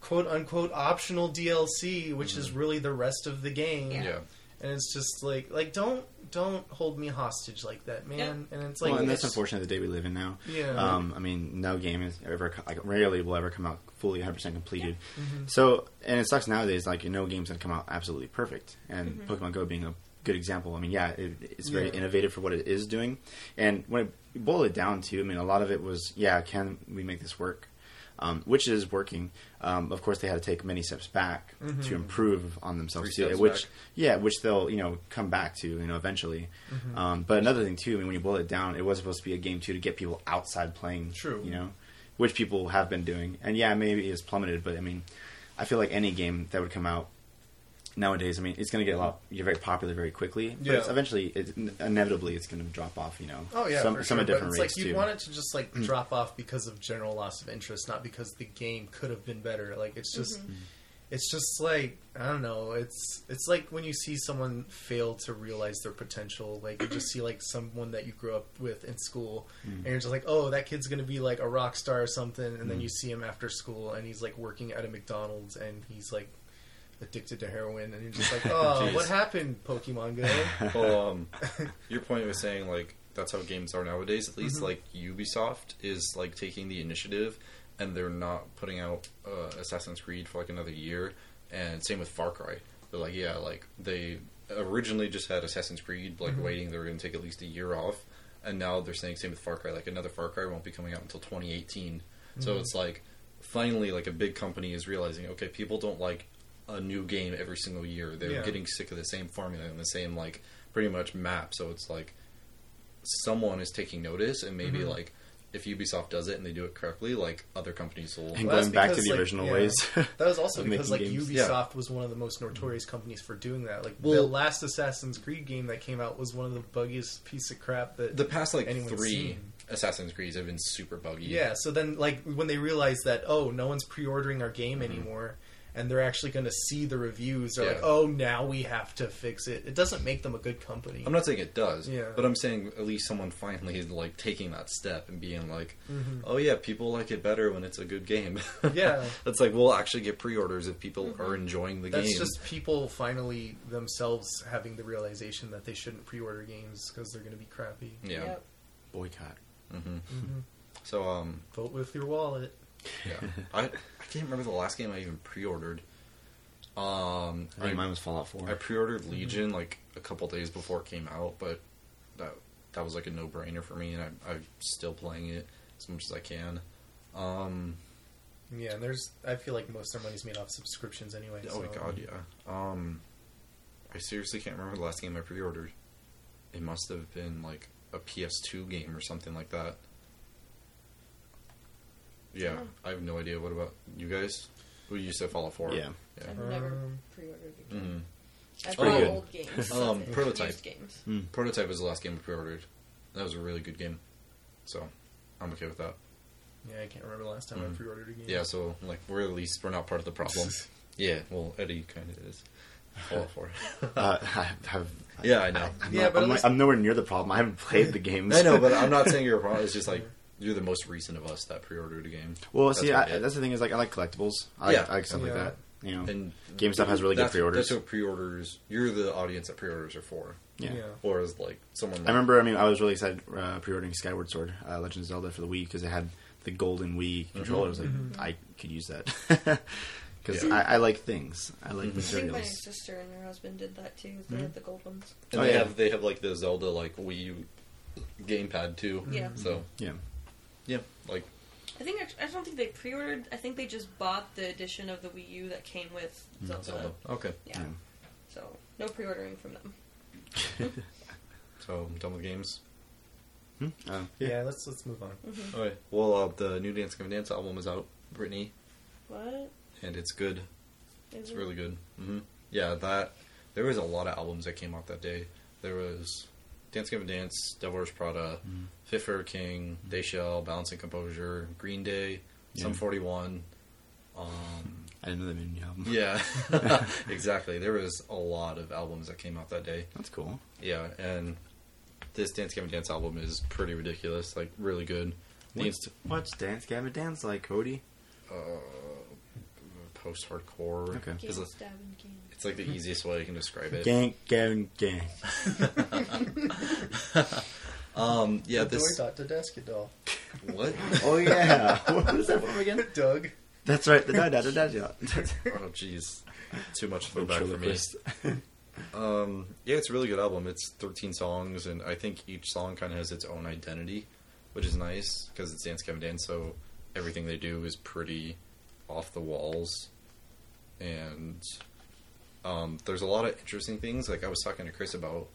Speaker 3: quote unquote optional dlc which
Speaker 2: Mm-hmm.
Speaker 3: is really the rest of the game
Speaker 4: Yeah.
Speaker 5: Yeah.
Speaker 3: and it's just like like don't don't hold me hostage like that man and it's like
Speaker 2: well, and that's
Speaker 3: it's-
Speaker 2: unfortunate the day we live in now.
Speaker 3: Yeah.
Speaker 2: Um, I mean, no game is ever co- like rarely will ever come out fully 100 percent completed.
Speaker 3: Mm-hmm.
Speaker 2: So, and it sucks nowadays. Like no game's gonna come out absolutely perfect. And Pokemon Go being a good example. I mean, yeah, it, it's very
Speaker 3: Mm-hmm. Yeah.
Speaker 2: innovative for what it is doing. And when it boiled it down to, I mean, a lot of it was, yeah, can we make this work? Um, which is working. Um, of course, they had to take many steps back
Speaker 3: Mm-hmm.
Speaker 2: to improve on themselves,
Speaker 5: Three
Speaker 2: too,
Speaker 5: steps
Speaker 2: which
Speaker 5: back.
Speaker 2: yeah, which they'll you know come back to you know eventually.
Speaker 3: Mm-hmm.
Speaker 2: Um, but another thing too, I mean, when you boil it down, it was supposed to be a game too to get people outside playing.
Speaker 3: True.
Speaker 2: You know, which people have been doing, and yeah, maybe it's plummeted, but I mean, I feel like any game that would come out nowadays, I mean, it's going to get a lot. You're very popular very quickly, but
Speaker 3: Yeah.
Speaker 2: it's eventually, it's, inevitably, it's going to drop off. You know,
Speaker 3: Oh yeah,
Speaker 2: some
Speaker 3: for
Speaker 2: some
Speaker 3: sure.
Speaker 2: at different
Speaker 3: but
Speaker 2: rates
Speaker 3: it's like you
Speaker 2: too. Hmm.
Speaker 3: want it to just like drop off because of general loss of interest, not because the game could have been better. Like it's just, it's just like I don't know. It's it's like when you see someone fail to realize their potential. Like you just see like someone that you grew up with in school,
Speaker 2: Hmm.
Speaker 3: and you're just like, oh, that kid's gonna be like a rock star or something. And
Speaker 2: Hmm.
Speaker 3: then you see him after school, and he's like working at a McDonald's, and he's like addicted to heroin, and you're just like, oh,
Speaker 5: Jeez.
Speaker 3: what happened, Pokemon Go?
Speaker 5: well, um, your point was saying like that's how games are nowadays. At least like Ubisoft is like taking the initiative, and they're not putting out uh, Assassin's Creed for like another year. And same with Far Cry. They're like, yeah, like they originally just had Assassin's Creed like waiting. They were going to take at least a year off, and now they're saying same with Far Cry. Like another Far Cry won't be coming out until 2018. So it's like finally like a big company is realizing okay people don't like a new game every single year they're
Speaker 3: Yeah.
Speaker 5: getting sick of the same formula and the same like pretty much map so it's like someone is taking notice and maybe
Speaker 3: Mm-hmm.
Speaker 5: like if ubisoft does it and they do it correctly like other companies will
Speaker 2: and
Speaker 3: Well,
Speaker 2: going
Speaker 3: that's
Speaker 2: back to
Speaker 3: because,
Speaker 2: the
Speaker 3: like,
Speaker 2: original
Speaker 3: yeah.
Speaker 2: ways.
Speaker 3: That was also
Speaker 2: of
Speaker 3: because like
Speaker 2: making games.
Speaker 3: Ubisoft
Speaker 5: Yeah.
Speaker 3: was one of the most notorious companies for doing that. Like the
Speaker 5: Well-
Speaker 3: last Assassin's Creed game that came out was one of the buggiest piece of crap that
Speaker 5: the past like
Speaker 3: anyone's
Speaker 5: three
Speaker 3: seen.
Speaker 5: assassin's creeds have been super buggy
Speaker 3: Yeah, so then like when they realized that oh, no one's pre-ordering our game
Speaker 2: Mm-hmm.
Speaker 3: anymore and they're actually going to see the reviews, they're
Speaker 5: Yeah.
Speaker 3: like, "Oh, now we have to fix it." It doesn't make them a good company.
Speaker 5: I'm not saying it does,
Speaker 3: Yeah.
Speaker 5: but I'm saying at least someone finally is like taking that step and being like, "Oh yeah, people like it better when it's a good game."
Speaker 3: Mm-hmm. Yeah. Mm-hmm.
Speaker 5: that's like we'll actually get pre-orders if people are enjoying the
Speaker 3: That's
Speaker 5: game.
Speaker 3: just people finally themselves having the realization that they shouldn't pre-order games because they're going to be crappy.
Speaker 5: yeah.
Speaker 4: Yep.
Speaker 2: Boycott.
Speaker 5: So um,
Speaker 3: Vote with your wallet.
Speaker 5: yeah, I I can't remember the last game I even pre-ordered. Um,
Speaker 2: I
Speaker 5: I,
Speaker 2: think mine Mm-hmm. was Fallout Four.
Speaker 5: I pre-ordered Legion like a couple days before it came out, but that that was like a no-brainer for me, and I'm I'm still playing it as much as I can. Um,
Speaker 3: Yeah, and there's I feel like most of their money's made off subscriptions anyway.
Speaker 5: oh my
Speaker 3: so-
Speaker 5: god, yeah. Um, I seriously can't remember the last game I pre-ordered. It must have been like a PS2 game or something like that. Yeah,
Speaker 2: Hmm.
Speaker 4: Oh.
Speaker 5: I have no idea. What about you guys? Well, you said Fallout 4.
Speaker 2: Yeah.
Speaker 5: yeah.
Speaker 4: I've never
Speaker 3: Um,
Speaker 4: pre-ordered a game.
Speaker 5: hmm
Speaker 4: That's
Speaker 2: pretty
Speaker 4: all
Speaker 2: good.
Speaker 4: old games. That's
Speaker 5: Um,
Speaker 4: it.
Speaker 5: Prototype. Mm-hmm.
Speaker 4: Used games.
Speaker 5: Prototype was the last game we pre-ordered. That was a really good game, so I'm okay with that.
Speaker 3: Yeah, I can't remember the last time I
Speaker 5: Mhm.
Speaker 3: pre-ordered a game.
Speaker 5: Yeah, so like we're at least we're not part of the problem. yeah, well Eddie kind of is. Fallout 4.
Speaker 2: Uh, I have.
Speaker 5: yeah, I know.
Speaker 2: I'm,
Speaker 3: Yeah,
Speaker 2: not-
Speaker 3: but
Speaker 2: I'm, like-
Speaker 3: at least-
Speaker 2: I'm nowhere near the problem. I haven't played the games.
Speaker 5: I know, but I'm not saying you're a problem. It's just like you're the most recent of us that pre-ordered a game.
Speaker 2: well,
Speaker 5: That's
Speaker 2: see,
Speaker 5: what
Speaker 2: I,
Speaker 5: it-
Speaker 2: that's the thing is like I like collectibles. I
Speaker 5: Yeah.
Speaker 2: like, I like stuff like
Speaker 3: Yeah.
Speaker 2: that. You know,
Speaker 5: And
Speaker 2: GameStop has really good
Speaker 5: that's,
Speaker 2: pre-orders.
Speaker 5: That's what pre-orders. You're the audience that pre-orders are for,
Speaker 2: yeah.
Speaker 5: or is like someone. Like,
Speaker 2: I remember. I mean, I was really excited uh, pre-ordering Skyward Sword, uh, Legend of Zelda for the Wii because it had the golden Wii
Speaker 5: Mm-hmm.
Speaker 2: controller. I was like, I could use that because
Speaker 5: Yeah.
Speaker 2: I, I like things. I like
Speaker 5: Mhm.
Speaker 4: I think my
Speaker 2: materials.
Speaker 4: sister and her husband did that too. They
Speaker 5: Mm-hmm.
Speaker 4: had the gold ones.
Speaker 5: And
Speaker 2: Oh,
Speaker 5: they
Speaker 2: yeah.
Speaker 5: have they have like the Zelda like Wii U gamepad too.
Speaker 4: Yeah.
Speaker 5: So
Speaker 2: Yeah,
Speaker 5: yeah, like
Speaker 4: I think I, I don't think they pre-ordered. I think they just bought the edition of the Wii U that came with Zelda.
Speaker 5: Zelda. Okay,
Speaker 4: Yeah.
Speaker 2: Mm, Yeah.
Speaker 4: So no pre-ordering from them.
Speaker 5: so I'm done with games.
Speaker 2: Uh,
Speaker 3: yeah.
Speaker 2: yeah.
Speaker 3: let's let's move on.
Speaker 2: Oh,
Speaker 5: Okay. Well, uh, the new Dance Gavin Dance album is out, Brittany,
Speaker 4: What?
Speaker 5: and it's good.
Speaker 4: Is
Speaker 5: It's
Speaker 4: it-
Speaker 5: really good. hmm Yeah, that there was a lot of albums that came out that day. There was Dance Gavin Dance, Devil Wears Prada,
Speaker 2: Mm-hmm.
Speaker 5: Fifth Fairy King, They Shall, Balance and Composure, Green Day, Sum
Speaker 2: Yeah.
Speaker 5: Forty One. Um,
Speaker 2: I didn't know they made a new album.
Speaker 5: yeah, exactly. There was a lot of albums that came out that day.
Speaker 2: that's cool.
Speaker 5: Yeah, and this Dance Gavin Dance album is pretty ridiculous. Like really good. The
Speaker 2: What's,
Speaker 5: inst-
Speaker 2: what's Dance Gavin Dance like, Cody?
Speaker 5: uh, post hardcore.
Speaker 2: Okay.
Speaker 4: Game
Speaker 5: It's,
Speaker 4: stabbing game.
Speaker 5: it's like the easiest way I can describe it.
Speaker 2: Gang, gang, gang.
Speaker 5: Um, yeah,
Speaker 3: Doug
Speaker 5: this
Speaker 3: Dory dot Tedeschi doll.
Speaker 5: what?
Speaker 2: Oh yeah, what is that from again?
Speaker 3: Doug.
Speaker 2: That's right. The da da da da da.
Speaker 5: Oh jeez, too much throwback for me.
Speaker 2: Ventriloquist.
Speaker 5: Um, yeah, it's a really good album. It's 13 songs, and I think each song kind of has its own identity, which is nice because it's Dance Kevin Dance, so everything they do is pretty off the walls. And um, there's a lot of interesting things. Like I was talking to Chris about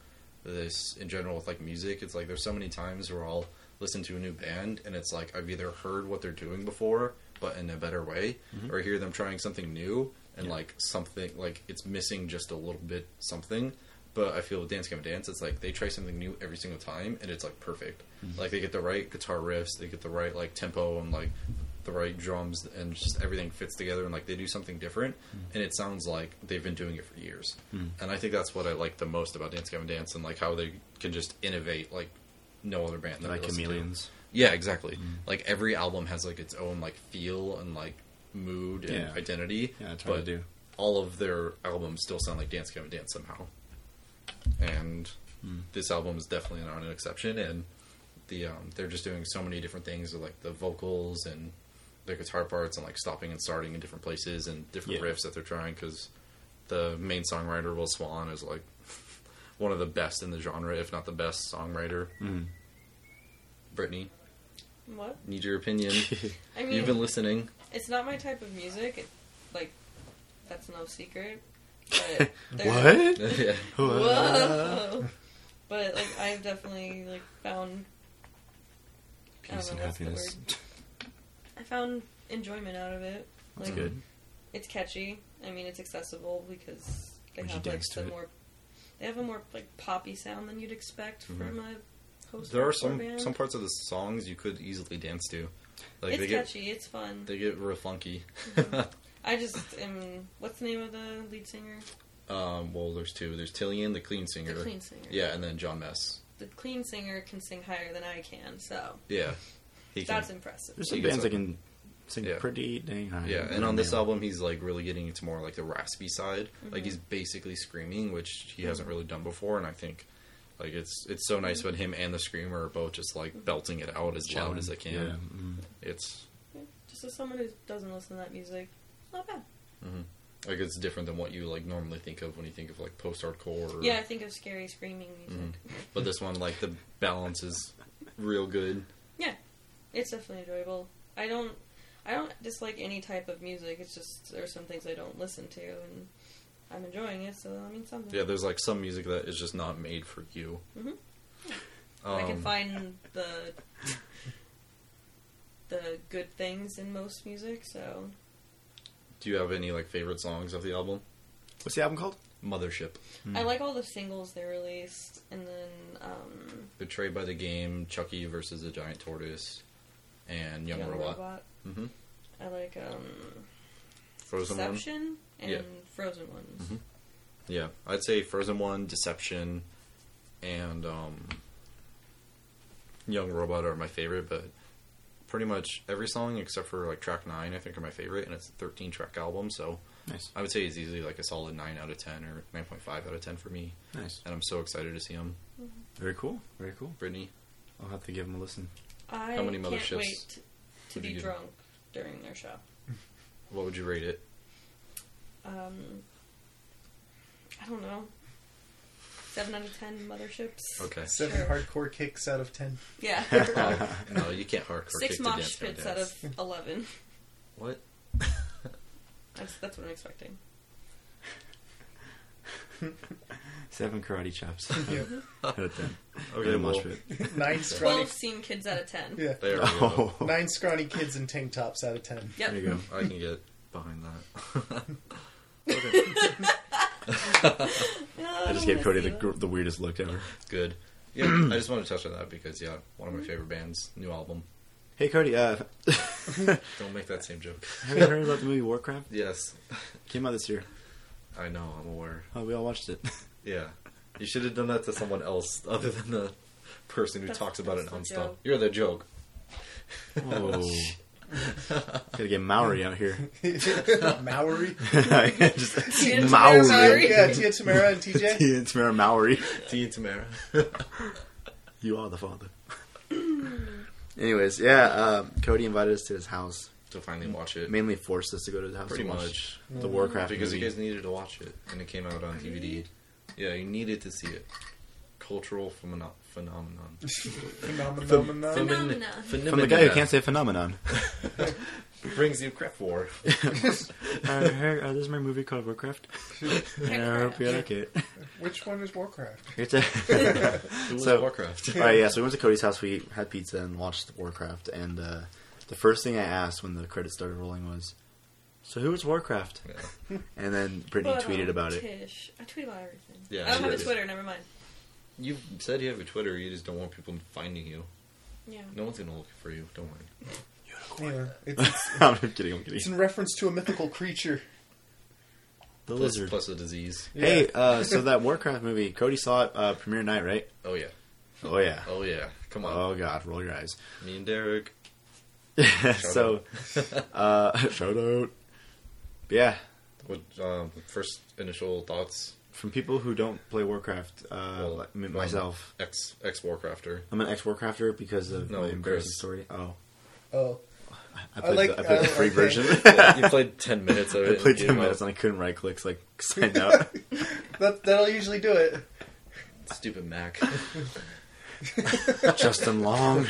Speaker 5: this in general with like music. It's like there's so many times where I'll listen to a new band, and it's like I've either heard what they're doing before, but in a better way, or hear them trying something new, and like something like it's missing just a little bit something. But I feel with Dance Gavin Dance, it's like they try something new every single time, and it's like perfect.
Speaker 2: Mm-hmm.
Speaker 5: Like they get the right guitar riffs, they get the right like tempo and like the right drums, and just everything fits together. And like they do something different,
Speaker 2: Mm-hmm.
Speaker 5: and it sounds like they've been doing it for years. And I think that's what I like the most about Dance Gavin Dance, and like how they can just innovate like no other band. that I
Speaker 2: Like
Speaker 5: listen to.
Speaker 2: chameleons.
Speaker 5: Yeah, exactly.
Speaker 2: Mm-hmm.
Speaker 5: Like every album has like its own like feel and like mood and
Speaker 2: Yeah.
Speaker 5: identity.
Speaker 2: Yeah, that's what I
Speaker 5: but
Speaker 2: do.
Speaker 5: All of their albums still sound like Dance Gavin Dance somehow, and
Speaker 2: Hmm.
Speaker 5: this album is definitely not an exception. And the um, they're just doing so many different things with like the vocals and their guitar parts and like stopping and starting in different places and different
Speaker 2: Yeah.
Speaker 5: riffs that they're trying because the main songwriter Will Swan is like one of the best in the genre, if not the best songwriter.
Speaker 2: Hmm.
Speaker 5: Brittany,
Speaker 4: What?
Speaker 5: need your opinion.
Speaker 4: I mean,
Speaker 5: You've been listening.
Speaker 4: it's not my type of music. It, like, that's no secret. But there-
Speaker 2: what?
Speaker 5: yeah.
Speaker 4: Whoa. but like, I've definitely like found. I
Speaker 2: Peace
Speaker 4: don't
Speaker 2: and
Speaker 4: know what's the
Speaker 2: happiness.
Speaker 4: I found enjoyment out of it.
Speaker 2: That's
Speaker 4: Like,
Speaker 2: good.
Speaker 4: It's catchy. I mean, it's accessible because they
Speaker 2: Would you
Speaker 4: have like
Speaker 2: dance to
Speaker 4: the
Speaker 2: it?
Speaker 4: more. They have a more like poppy sound than you'd expect from a. Post
Speaker 5: Mm-hmm. There are some some parts of the songs you could easily dance to. Like
Speaker 4: it's
Speaker 5: they get
Speaker 4: catchy. Mm-hmm. It's fun.
Speaker 5: they get real funky.
Speaker 4: I just am. What's the name of the lead singer?
Speaker 5: um, well, there's two. There's Tillian, the clean singer.
Speaker 4: The clean singer.
Speaker 5: Yeah, and then John Mess.
Speaker 4: The clean singer can sing higher than I can, so
Speaker 5: Yeah. He can.
Speaker 4: that's impressive.
Speaker 2: There's some
Speaker 5: You get
Speaker 2: bands that
Speaker 5: some-
Speaker 2: can sing
Speaker 5: Yeah.
Speaker 2: pretty dang high.
Speaker 5: Yeah, and on this
Speaker 2: Yeah.
Speaker 5: album, he's like really getting into more like the raspy side.
Speaker 4: Mm-hmm.
Speaker 5: Like he's basically screaming, which he hasn't really done before. And I think like it's it's so
Speaker 4: Mm-hmm.
Speaker 5: nice when him and the screamer are both just like belting it out as loud as they can.
Speaker 2: Yeah. Mm.
Speaker 5: It's
Speaker 4: Just as someone who doesn't listen to that music, it's not bad.
Speaker 5: like it's different than what you like normally think of when you think of like post hardcore.
Speaker 4: Yeah, I think of scary screaming music.
Speaker 5: But this one, like the balance is real good.
Speaker 4: Yeah, it's definitely enjoyable. I don't I don't dislike any type of music. It's just there's some things I don't listen to, and I'm enjoying it, so I mean something.
Speaker 5: Yeah, there's like some music that is just not made for you.
Speaker 4: Mhm.
Speaker 5: Um,
Speaker 4: I can find the the good things in most music. So
Speaker 5: do you have any like favorite songs of the album?
Speaker 2: What's the album called?
Speaker 5: Mothership,
Speaker 4: I like all the singles they released, and then um,
Speaker 5: Betrayed by the Game, Chucky versus the Giant Tortoise, and Young, Robot. Mm-hmm.
Speaker 4: I like um,
Speaker 5: Frozen One.
Speaker 4: Deception and
Speaker 5: Yeah. Mm-hmm.
Speaker 4: Frozen ones.
Speaker 5: Yeah, I'd say Frozen One, Deception, and um, Young Robot are my favorite. But pretty much every song except for like track nine, I think, are my favorite, and it's a 13 track album. So
Speaker 2: Nice,
Speaker 5: I would say it's easily like a solid nine out of ten or 9.5 out of ten for me.
Speaker 2: nice,
Speaker 5: And I'm so excited to see them.
Speaker 2: very cool, very cool.
Speaker 5: Brittany,
Speaker 2: I'll have to give him a listen.
Speaker 4: I
Speaker 5: How many
Speaker 4: can't
Speaker 5: motherships
Speaker 4: wait to
Speaker 5: would you
Speaker 4: be
Speaker 5: do?
Speaker 4: drunk during their show.
Speaker 5: what would you rate it?
Speaker 4: Um, I don't know. Seven out of ten motherships.
Speaker 5: Okay.
Speaker 3: Seven hardcore kicks out of ten.
Speaker 4: Yeah.
Speaker 5: Oh, no, you can't hardcore kick
Speaker 4: Six
Speaker 5: to
Speaker 4: mosh
Speaker 5: Dance Monkey
Speaker 4: pits out
Speaker 5: Dance.
Speaker 4: of eleven.
Speaker 5: what?
Speaker 4: That's, that's what I'm expecting.
Speaker 2: Seven karate chops.
Speaker 3: Yeah.
Speaker 2: Out of ten.
Speaker 5: Okay,
Speaker 2: And a mosh
Speaker 5: well,
Speaker 2: pit.
Speaker 3: Nine
Speaker 4: Twelve
Speaker 3: scrawny.
Speaker 4: scene kids out of ten.
Speaker 3: Yeah.
Speaker 5: there we go.
Speaker 2: Oh,
Speaker 3: Nine scrawny kids in tank tops out of ten.
Speaker 4: Yep.
Speaker 2: there you go.
Speaker 5: I can get behind that.
Speaker 4: No,
Speaker 2: I just gave
Speaker 4: don't wanna
Speaker 2: Cody the,
Speaker 4: see
Speaker 2: gr- the weirdest look ever.
Speaker 5: Good. Yeah, I just want to touch on that because yeah, one of my favorite bands, new album.
Speaker 2: Hey, Cody. Uh,
Speaker 5: Don't make that same joke.
Speaker 2: have you heard about the movie Warcraft?
Speaker 5: Yes,
Speaker 2: Came out this year.
Speaker 5: I know. I'm aware.
Speaker 2: Oh, we all watched it.
Speaker 5: Yeah, you should have done that to someone else other than the person who
Speaker 4: That's-
Speaker 5: talks about it
Speaker 4: that's the
Speaker 5: nonstop.
Speaker 4: joke.
Speaker 5: You're the joke.
Speaker 2: Oh, gotta get Maori out here.
Speaker 3: Maori.
Speaker 2: Just
Speaker 4: Tia Tamara
Speaker 2: Maori.
Speaker 4: Maori.
Speaker 3: Yeah, Tia Tamara and TJ.
Speaker 2: it's Mara Maori.
Speaker 5: Tea and Tamara.
Speaker 2: You are the father. Anyways, yeah, um, Cody invited us to his house.
Speaker 5: to finally watch it.
Speaker 2: Mainly forced us to go to his house.
Speaker 5: Pretty
Speaker 2: to watch
Speaker 5: much.
Speaker 2: the Warcraft
Speaker 5: because
Speaker 2: movie.
Speaker 5: you guys needed to watch it and it came out on DVD. Yeah, you needed to see it. Cultural pheno- phenomenon.
Speaker 3: Phenomenon.
Speaker 4: Phenomena.
Speaker 5: Phenomena.
Speaker 2: From the guy who can't say phenomenon.
Speaker 5: brings you crap war.
Speaker 2: uh, here, uh, this is my movie called Warcraft. and I hope you like it.
Speaker 3: Which one is Warcraft?
Speaker 2: It's a- So-
Speaker 5: so, Warcraft.
Speaker 2: All right, yeah. So we went to Cody's house. We had pizza and watched Warcraft. And uh, the first thing I asked when the credits started rolling was, "So who was Warcraft?" And then Brittany
Speaker 4: But,
Speaker 2: tweeted
Speaker 4: um,
Speaker 2: about it.
Speaker 4: Tish. I tweet about everything.
Speaker 5: Yeah,
Speaker 4: I don't
Speaker 5: she
Speaker 4: have a
Speaker 5: does.
Speaker 4: Twitter. Never mind.
Speaker 5: You've said you have a Twitter. You just don't want people finding you.
Speaker 4: Yeah.
Speaker 5: No one's gonna look for you. Don't worry.
Speaker 3: Yeah, it's,
Speaker 2: I'm kidding. I'm
Speaker 3: it's
Speaker 2: kidding.
Speaker 3: in reference to a mythical creature.
Speaker 2: The
Speaker 5: Plus-
Speaker 2: lizard.
Speaker 5: plus a disease.
Speaker 2: Hey, uh, so that Warcraft movie, Cody saw it uh, premiere night, right?
Speaker 5: Oh yeah.
Speaker 2: Oh yeah.
Speaker 5: Oh yeah. Come on.
Speaker 2: Oh god, roll your eyes.
Speaker 5: Me and Derek.
Speaker 2: so, uh, shout out. Yeah,
Speaker 5: What um, first initial thoughts?
Speaker 2: from people who don't play Warcraft, uh,
Speaker 5: Well,
Speaker 2: like me-
Speaker 5: um,
Speaker 2: myself,
Speaker 5: Ex ex Warcrafter.
Speaker 2: I'm an ex-Warcrafter because of
Speaker 5: No,
Speaker 2: my embarrassing
Speaker 5: Chris.
Speaker 2: story. Oh,
Speaker 3: Oh,
Speaker 2: I played,
Speaker 3: like-
Speaker 2: the, I played the
Speaker 3: I-
Speaker 2: free
Speaker 3: okay.
Speaker 2: version.
Speaker 5: you played ten minutes of
Speaker 2: I
Speaker 5: it.
Speaker 2: played
Speaker 5: and gave
Speaker 2: ten
Speaker 5: up.
Speaker 2: minutes and I couldn't right click, so I signed out.
Speaker 3: that that'll usually do it.
Speaker 5: Stupid Mac.
Speaker 2: Justin Long.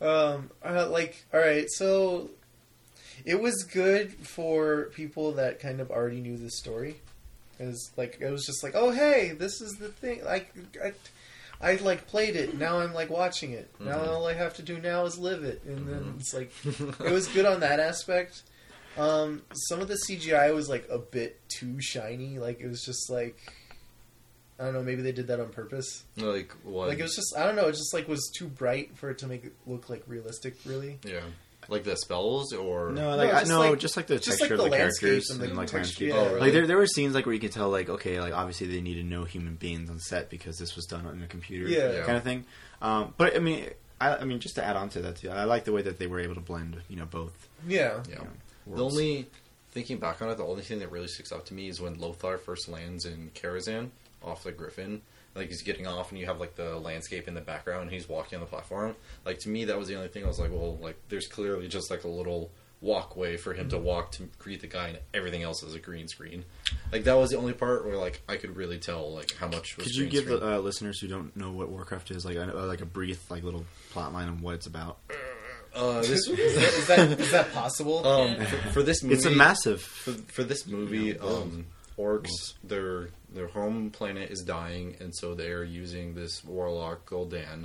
Speaker 3: Um, uh, like, all right, so it was good for people that kind of already knew the story. Is like it was just like, oh hey, this is the thing. Like, I, I like played it. Now I'm like watching it. Now all I have to do now is live it, and then it's like it was good on that aspect. Um, some of the CGI was like a bit too shiny. Like it was just like. I don't know. Maybe they did that on purpose.
Speaker 5: like what?
Speaker 3: Like it was just I don't know. It just like was too bright for it to make it look like realistic. Really,
Speaker 5: yeah. Like the spells or
Speaker 2: No, like
Speaker 3: No,
Speaker 2: I-
Speaker 3: just
Speaker 2: no,
Speaker 3: like-
Speaker 2: just like the
Speaker 3: just
Speaker 2: texture
Speaker 3: like the
Speaker 2: of the
Speaker 3: landscapes
Speaker 2: characters
Speaker 3: and
Speaker 2: and,
Speaker 3: the
Speaker 2: like
Speaker 3: texture,
Speaker 2: landscape.
Speaker 3: yeah.
Speaker 5: Oh, really?
Speaker 2: Like there, there were scenes like where you could tell, like okay, like obviously they needed no human beings on set because this was done on a computer,
Speaker 3: Yeah. Yeah.
Speaker 2: kind of thing. Um, but I mean, I, I mean, just to add on to that too, I like the way that they were able to blend, you know, both.
Speaker 3: yeah.
Speaker 5: Yeah.
Speaker 2: you know,
Speaker 5: The
Speaker 2: worlds.
Speaker 5: only thinking back on it, the only thing that really sticks out to me is when Lothar first lands in Karazhan off the Griffin. Like he's getting off, and you have like the landscape in the background. and He's walking on the platform. Like to me, that was the only thing I was like, well, like there's clearly just like a little walkway for him to
Speaker 2: Mm-hmm.
Speaker 5: walk to greet the guy, and everything else is a green screen. Like that was the only part where like I could really tell like how much. Was
Speaker 2: Could you
Speaker 5: green
Speaker 2: give
Speaker 5: screen.
Speaker 2: the uh, listeners who don't know what Warcraft is like, I know, like a brief, like little plot line on what it's about?
Speaker 5: Uh, this
Speaker 3: is, that, is, that, is that possible?
Speaker 5: um for, for this movie
Speaker 2: It's a massive.
Speaker 5: for, for this movie, um, orcs their their home planet is dying, and so they are using this warlock Goldan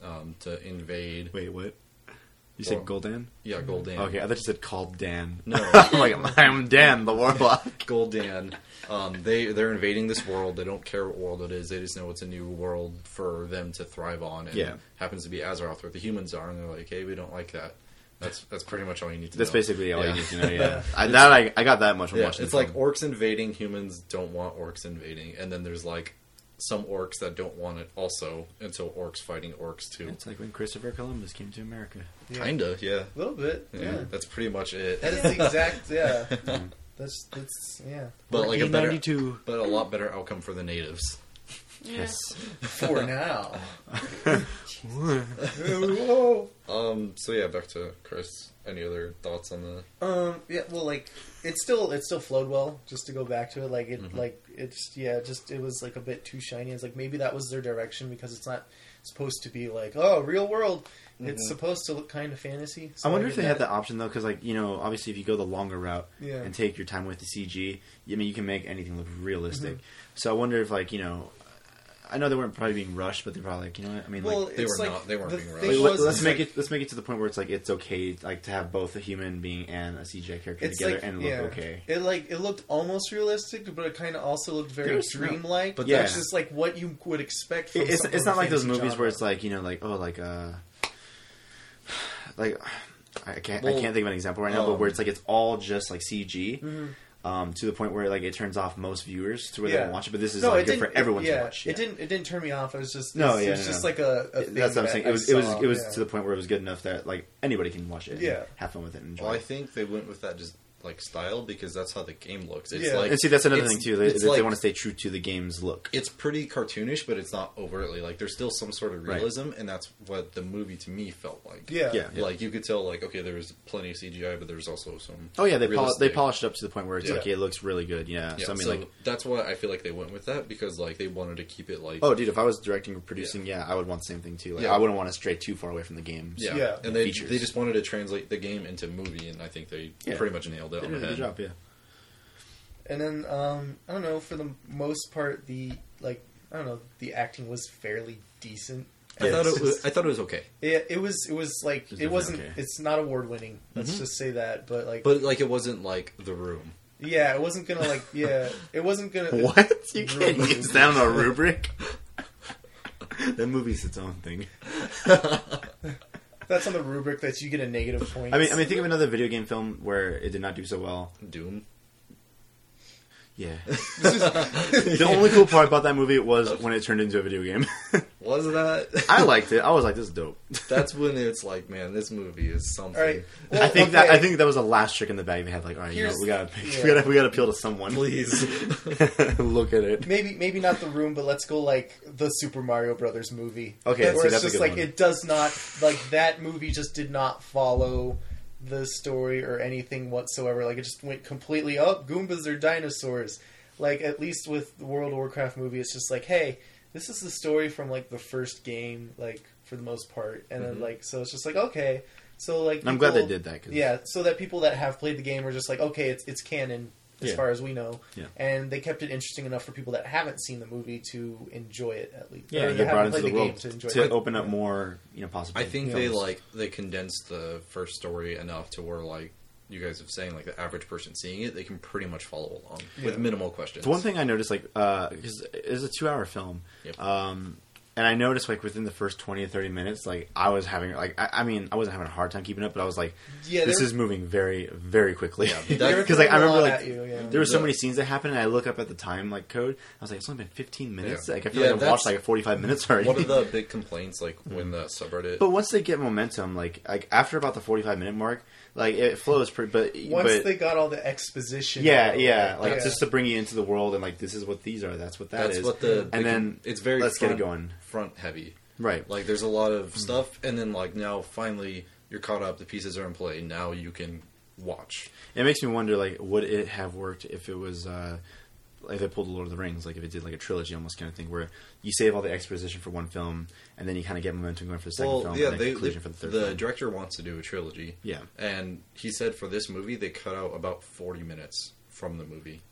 Speaker 5: um, to invade.
Speaker 2: Wait, what? You said
Speaker 5: Or-
Speaker 2: Goldan?
Speaker 5: Yeah, Goldan.
Speaker 2: Mm-hmm. Okay, I thought you said called Dan.
Speaker 5: No.
Speaker 2: I'm like, I'm Dan, the warlock.
Speaker 5: Goldan. Um, they they're invading this world. They don't care what world it is. They just know it's a new world for them to thrive on. And
Speaker 2: Yeah.
Speaker 5: it happens to be Azeroth, where the humans are, and they're like, hey, we don't like that. That's that's pretty much all you need to
Speaker 2: That's
Speaker 5: know.
Speaker 2: basically all
Speaker 5: Yeah.
Speaker 2: you need to know. Yeah, I, that I, I got that much from
Speaker 5: Yeah,
Speaker 2: watching.
Speaker 5: it's
Speaker 2: the
Speaker 5: like
Speaker 2: film.
Speaker 5: orcs invading. Humans don't want orcs invading, and then there's like some orcs that don't want it also, and so orcs fighting orcs too.
Speaker 2: it's like when Christopher Columbus came to America.
Speaker 3: Yeah.
Speaker 5: Kinda, yeah.
Speaker 3: A little bit.
Speaker 5: yeah.
Speaker 3: yeah.
Speaker 5: that's pretty much it.
Speaker 3: That is the exact, yeah. That's, that's, yeah.
Speaker 5: but like a better,
Speaker 2: 1892.
Speaker 5: but a lot better outcome for the natives.
Speaker 4: Yeah.
Speaker 3: For now.
Speaker 1: Whoa.
Speaker 3: Whoa.
Speaker 5: Um. So yeah, back to Chris. Any other thoughts on the?
Speaker 3: Um. Yeah. Well, like it still it still flowed well. Just to go back to it, like
Speaker 2: Mm-hmm.
Speaker 3: it like it's yeah. Just it was like a bit too shiny. It's like maybe that was their direction because it's not supposed to be like oh real world. It's supposed to look kind of fantasy. so
Speaker 2: Mm-hmm. I wonder if
Speaker 3: get
Speaker 2: they had
Speaker 3: that.
Speaker 2: that option though, because like you know, obviously if you go the longer route
Speaker 3: Yeah.
Speaker 2: and take your time with the CG, I mean, you can make anything look realistic.
Speaker 3: Mm-hmm.
Speaker 2: So I wonder if like you know, I know they weren't probably being rushed, but they're probably like you know what I mean.
Speaker 3: Well,
Speaker 2: like,
Speaker 5: They
Speaker 3: it's
Speaker 5: were
Speaker 3: like
Speaker 5: not- they weren't
Speaker 3: the
Speaker 5: being
Speaker 3: thing
Speaker 5: rushed.
Speaker 2: let,
Speaker 3: was,
Speaker 2: us
Speaker 3: it's
Speaker 2: make
Speaker 3: like-
Speaker 2: it. Let's make it to the point where it's like it's okay, like to have both a human being and a CGI character
Speaker 3: It's
Speaker 2: together
Speaker 3: like
Speaker 2: and look
Speaker 3: yeah.
Speaker 2: okay.
Speaker 3: It like it looked almost realistic, but it kind of also looked
Speaker 2: There
Speaker 3: very
Speaker 2: was no-
Speaker 3: dreamlike.
Speaker 5: but
Speaker 3: But
Speaker 2: yeah.
Speaker 3: that's just like what you would expect. From
Speaker 2: It- it's
Speaker 3: some
Speaker 2: it's
Speaker 3: sort
Speaker 2: not
Speaker 3: of
Speaker 2: like those
Speaker 3: fantasy
Speaker 2: movies
Speaker 3: genre.
Speaker 2: where it's like you know like oh like uh like I can't I
Speaker 5: Well,
Speaker 2: can't think of an example right now,
Speaker 3: oh.
Speaker 2: but
Speaker 5: um,
Speaker 2: where it's like it's all just like CG. Um, to the point where like it turns off most viewers to where they
Speaker 3: Mm-hmm. Yeah.
Speaker 2: don't watch it, but this is
Speaker 3: no,
Speaker 2: like
Speaker 3: it
Speaker 2: good
Speaker 3: didn't.
Speaker 2: for everyone
Speaker 3: yeah,
Speaker 2: to watch.
Speaker 3: It didn't. It didn't turn me off. It was just.
Speaker 2: No,
Speaker 3: No,
Speaker 2: yeah,
Speaker 3: It was
Speaker 2: no,
Speaker 3: just
Speaker 2: no.
Speaker 3: like a. a thing
Speaker 2: That's what I'm
Speaker 3: that
Speaker 2: saying.
Speaker 3: I
Speaker 2: It was it was
Speaker 3: saw,
Speaker 2: it was
Speaker 3: yeah.
Speaker 2: to the point where it was good enough that like anybody can watch it. and
Speaker 3: Yeah.
Speaker 2: have fun with it and enjoy.
Speaker 5: Well, I
Speaker 2: it.
Speaker 5: think they went with that just like style because that's how the game looks. It's
Speaker 3: Yeah.
Speaker 5: like
Speaker 2: and see, that's another
Speaker 5: it's-
Speaker 2: thing too. They,
Speaker 5: it's
Speaker 2: they,
Speaker 5: like-
Speaker 2: want to stay true to the game's look.
Speaker 5: It's pretty cartoonish, but it's not overtly like there's still some sort of
Speaker 2: Right.
Speaker 5: realism, and that's what the movie to me felt like.
Speaker 3: Yeah.
Speaker 2: Yeah.
Speaker 5: Like you could tell, like okay, there was plenty of CGI, but there's also some.
Speaker 2: Oh yeah, they pol- they
Speaker 5: realistic-
Speaker 2: polished up to the point where it's
Speaker 5: Yeah.
Speaker 2: like it looks really good. Yeah,
Speaker 5: Yeah,
Speaker 2: so I mean
Speaker 5: so
Speaker 2: like
Speaker 5: that's why I feel like they went with that because like they wanted to keep it like
Speaker 2: Oh, dude, if I was directing or producing, yeah, I would want the same thing too. Like,
Speaker 5: Yeah.
Speaker 2: I wouldn't want to stray too far away from the games.
Speaker 5: yeah,
Speaker 3: yeah,
Speaker 5: and they
Speaker 2: features.
Speaker 5: they just wanted to translate the game into movie, and I think they
Speaker 2: Yeah.
Speaker 5: pretty much nailed it
Speaker 2: They
Speaker 5: on
Speaker 2: did
Speaker 5: the
Speaker 2: a
Speaker 5: head.
Speaker 2: good job. Yeah,
Speaker 3: And then um, I don't know. For the most part, the like I don't know. The acting was fairly decent.
Speaker 5: I
Speaker 2: Yeah,
Speaker 5: thought
Speaker 2: it's
Speaker 5: it was, I thought it was okay,
Speaker 3: It, it was. It was like
Speaker 2: It's
Speaker 3: it wasn't.
Speaker 2: definitely okay. Mm-hmm.
Speaker 3: It's not award winning. Let's just say that. But like,
Speaker 5: but like it wasn't like The Room.
Speaker 3: yeah, it wasn't gonna like. Yeah, it wasn't gonna.
Speaker 2: What? You can't use that on a rubric. that movie's its own thing.
Speaker 3: That's on the rubric that you get a negative point.
Speaker 2: I mean, I mean, think of another video game film where it did not do so well.
Speaker 5: Doom.
Speaker 2: Yeah. the only cool part about that movie was when it turned into a video game.
Speaker 5: Was that?
Speaker 2: I liked it. I was like, "This is dope."
Speaker 5: That's when it's like, man, this movie is something.
Speaker 3: All right. Well,
Speaker 2: I think that
Speaker 3: okay.
Speaker 2: I think that was the last trick in the bag they had. Like, all right, you know,
Speaker 3: Here's-
Speaker 2: we gotta
Speaker 3: yeah.
Speaker 2: we gotta we gotta appeal to someone.
Speaker 5: Please.
Speaker 2: look at it.
Speaker 3: maybe maybe not the room, but let's go like the Super Mario Brothers movie.
Speaker 2: Okay,
Speaker 3: where
Speaker 2: see,
Speaker 3: it's
Speaker 2: that's a
Speaker 3: just
Speaker 2: good
Speaker 3: like
Speaker 2: one.
Speaker 3: it does not like that movie just did not follow the story or anything whatsoever. Like it just went completely up. Goombas are dinosaurs. Like at least with the World of Warcraft movie, it's just like hey, this is the story from like the first game, like for the most part, and then like so it's just like okay. So like
Speaker 2: Mm-hmm. I'm glad they
Speaker 3: people-
Speaker 2: did that. 'cause-
Speaker 3: yeah, so that people that have played the game are just like, okay, it's it's canon as
Speaker 2: Yeah.
Speaker 3: far as we know,
Speaker 2: Yeah.
Speaker 3: and they kept it interesting enough for people that haven't seen the movie to enjoy it at least.
Speaker 2: Yeah,
Speaker 3: Or
Speaker 2: you
Speaker 3: that
Speaker 2: get brought
Speaker 3: haven't
Speaker 2: into the
Speaker 3: played
Speaker 2: world
Speaker 3: game
Speaker 2: to,
Speaker 3: enjoy it.
Speaker 2: open up more, you know,
Speaker 5: I
Speaker 2: possibilities.
Speaker 5: think they
Speaker 2: Yeah.
Speaker 5: like they condensed the first story enough to where like you guys are saying like the average person seeing it, they can pretty much follow along with minimal questions.
Speaker 2: The one thing I noticed, like, uh, because it's a two-hour film,
Speaker 5: Yep.
Speaker 2: um, and I noticed like within the first 20 or 30 minutes, like I was having, like, I, I mean, I wasn't having a hard time keeping up, but I was like,
Speaker 3: Yeah,
Speaker 2: this
Speaker 3: they're-
Speaker 2: is moving very, very quickly.
Speaker 5: They were
Speaker 2: Because like I
Speaker 3: throwing a
Speaker 2: remember
Speaker 3: lot
Speaker 2: like
Speaker 3: at you, yeah.
Speaker 2: there were so
Speaker 5: The-
Speaker 2: many scenes that happened, and I look up at the time like code. I was like, it's only been 15 minutes.
Speaker 5: Yeah.
Speaker 2: Like I feel
Speaker 5: Yeah,
Speaker 2: like I
Speaker 5: that's-
Speaker 2: watched like 45 minutes already.
Speaker 5: One of the big complaints, like when the subreddit,
Speaker 2: But once they get momentum, like like after about the 45 minute mark, like it flows pretty. But
Speaker 3: Once
Speaker 2: but,
Speaker 3: they got all the exposition,
Speaker 2: Yeah,
Speaker 3: out,
Speaker 2: yeah. Like
Speaker 3: yeah.
Speaker 2: just to bring you into the world and like this is what these are. That's what that
Speaker 5: that's
Speaker 2: is.
Speaker 5: what the they
Speaker 2: and then
Speaker 5: can- it's very
Speaker 2: let's
Speaker 5: front,
Speaker 2: get it going.
Speaker 5: front heavy.
Speaker 2: Right. Mm-hmm.
Speaker 5: Like there's a lot of stuff, and then like now finally you're caught up. The pieces are in play. Now you can watch.
Speaker 2: It makes me wonder like would it have worked if it was uh like they pulled Lord of the Rings, like if it did like a trilogy almost kind of thing, where you save all the exposition for one film and then you kind of get momentum going for the second
Speaker 5: well,
Speaker 2: film,
Speaker 5: yeah,
Speaker 2: and then
Speaker 5: they,
Speaker 2: conclusion
Speaker 5: they-
Speaker 2: for the third.
Speaker 5: the
Speaker 2: film.
Speaker 5: director wants to do a trilogy.
Speaker 2: Yeah.
Speaker 5: and he said for this movie they cut out about forty minutes from the movie.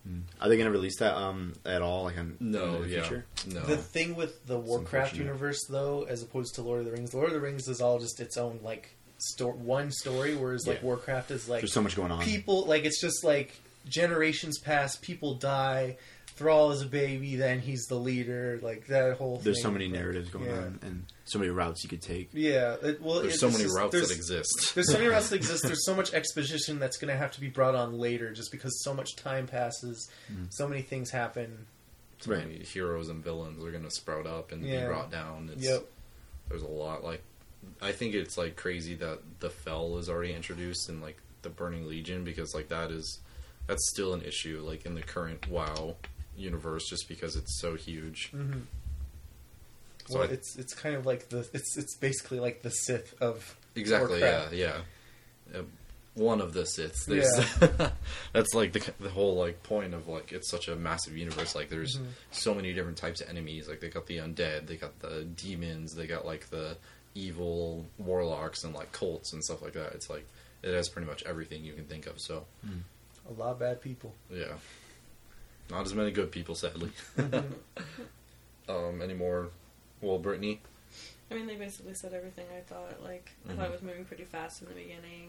Speaker 2: Are they going to release that um at all? Like on
Speaker 5: No,
Speaker 2: Hmm. in the
Speaker 5: yeah,
Speaker 2: future?
Speaker 5: no.
Speaker 3: The thing with the Warcraft
Speaker 2: uh, unfortunate.
Speaker 3: universe, though, as opposed to Lord of the Rings, Lord of the Rings is all just its own like sto- one story, whereas like
Speaker 2: Yeah.
Speaker 3: Warcraft is like
Speaker 2: There's so much going on.
Speaker 3: people like it's just like generations pass, people die. Thrall is a baby, then he's the leader. Like that whole.
Speaker 2: There's
Speaker 3: thing.
Speaker 2: so many narratives going
Speaker 3: Yeah.
Speaker 2: on and so many routes you could take.
Speaker 3: Yeah, it, well,
Speaker 5: there's
Speaker 3: it-
Speaker 5: so
Speaker 3: it's
Speaker 5: many
Speaker 3: just-
Speaker 5: routes
Speaker 3: there's-
Speaker 5: that exist.
Speaker 3: There's so many routes that exist. There's so much exposition that's going to have to be brought on later, just because so much time passes,
Speaker 5: Mm-hmm.
Speaker 3: so many things happen.
Speaker 5: So
Speaker 2: Right.
Speaker 5: many heroes and villains are going to sprout up and
Speaker 3: Yeah.
Speaker 5: be brought down. It's,
Speaker 3: Yep.
Speaker 5: There's a lot. Like, I think it's like crazy that the Fell is already introduced in like the Burning Legion because like that is that's still an issue like in the current WoW universe just because it's so huge.
Speaker 3: Mm-hmm.
Speaker 5: So
Speaker 3: well,
Speaker 5: I-
Speaker 3: it's it's kind of like the it's it's basically like the Sith of
Speaker 5: Exactly.
Speaker 3: Warcraft.
Speaker 5: Yeah. Yeah. Uh, One of the Siths. There's that's like the the whole like point of like it's such a massive universe. Like there's
Speaker 3: Mhm.
Speaker 5: so many different types of enemies. Like they got the undead, they got the demons, they got like the evil warlocks and like cults and stuff like that. It's like it has pretty much everything you can think of. So
Speaker 3: a lot of bad people.
Speaker 5: yeah, not as many good people sadly. um, any more? Well, Brittany.
Speaker 4: I mean, they basically said everything I thought. Like, I thought it was moving pretty fast in the beginning.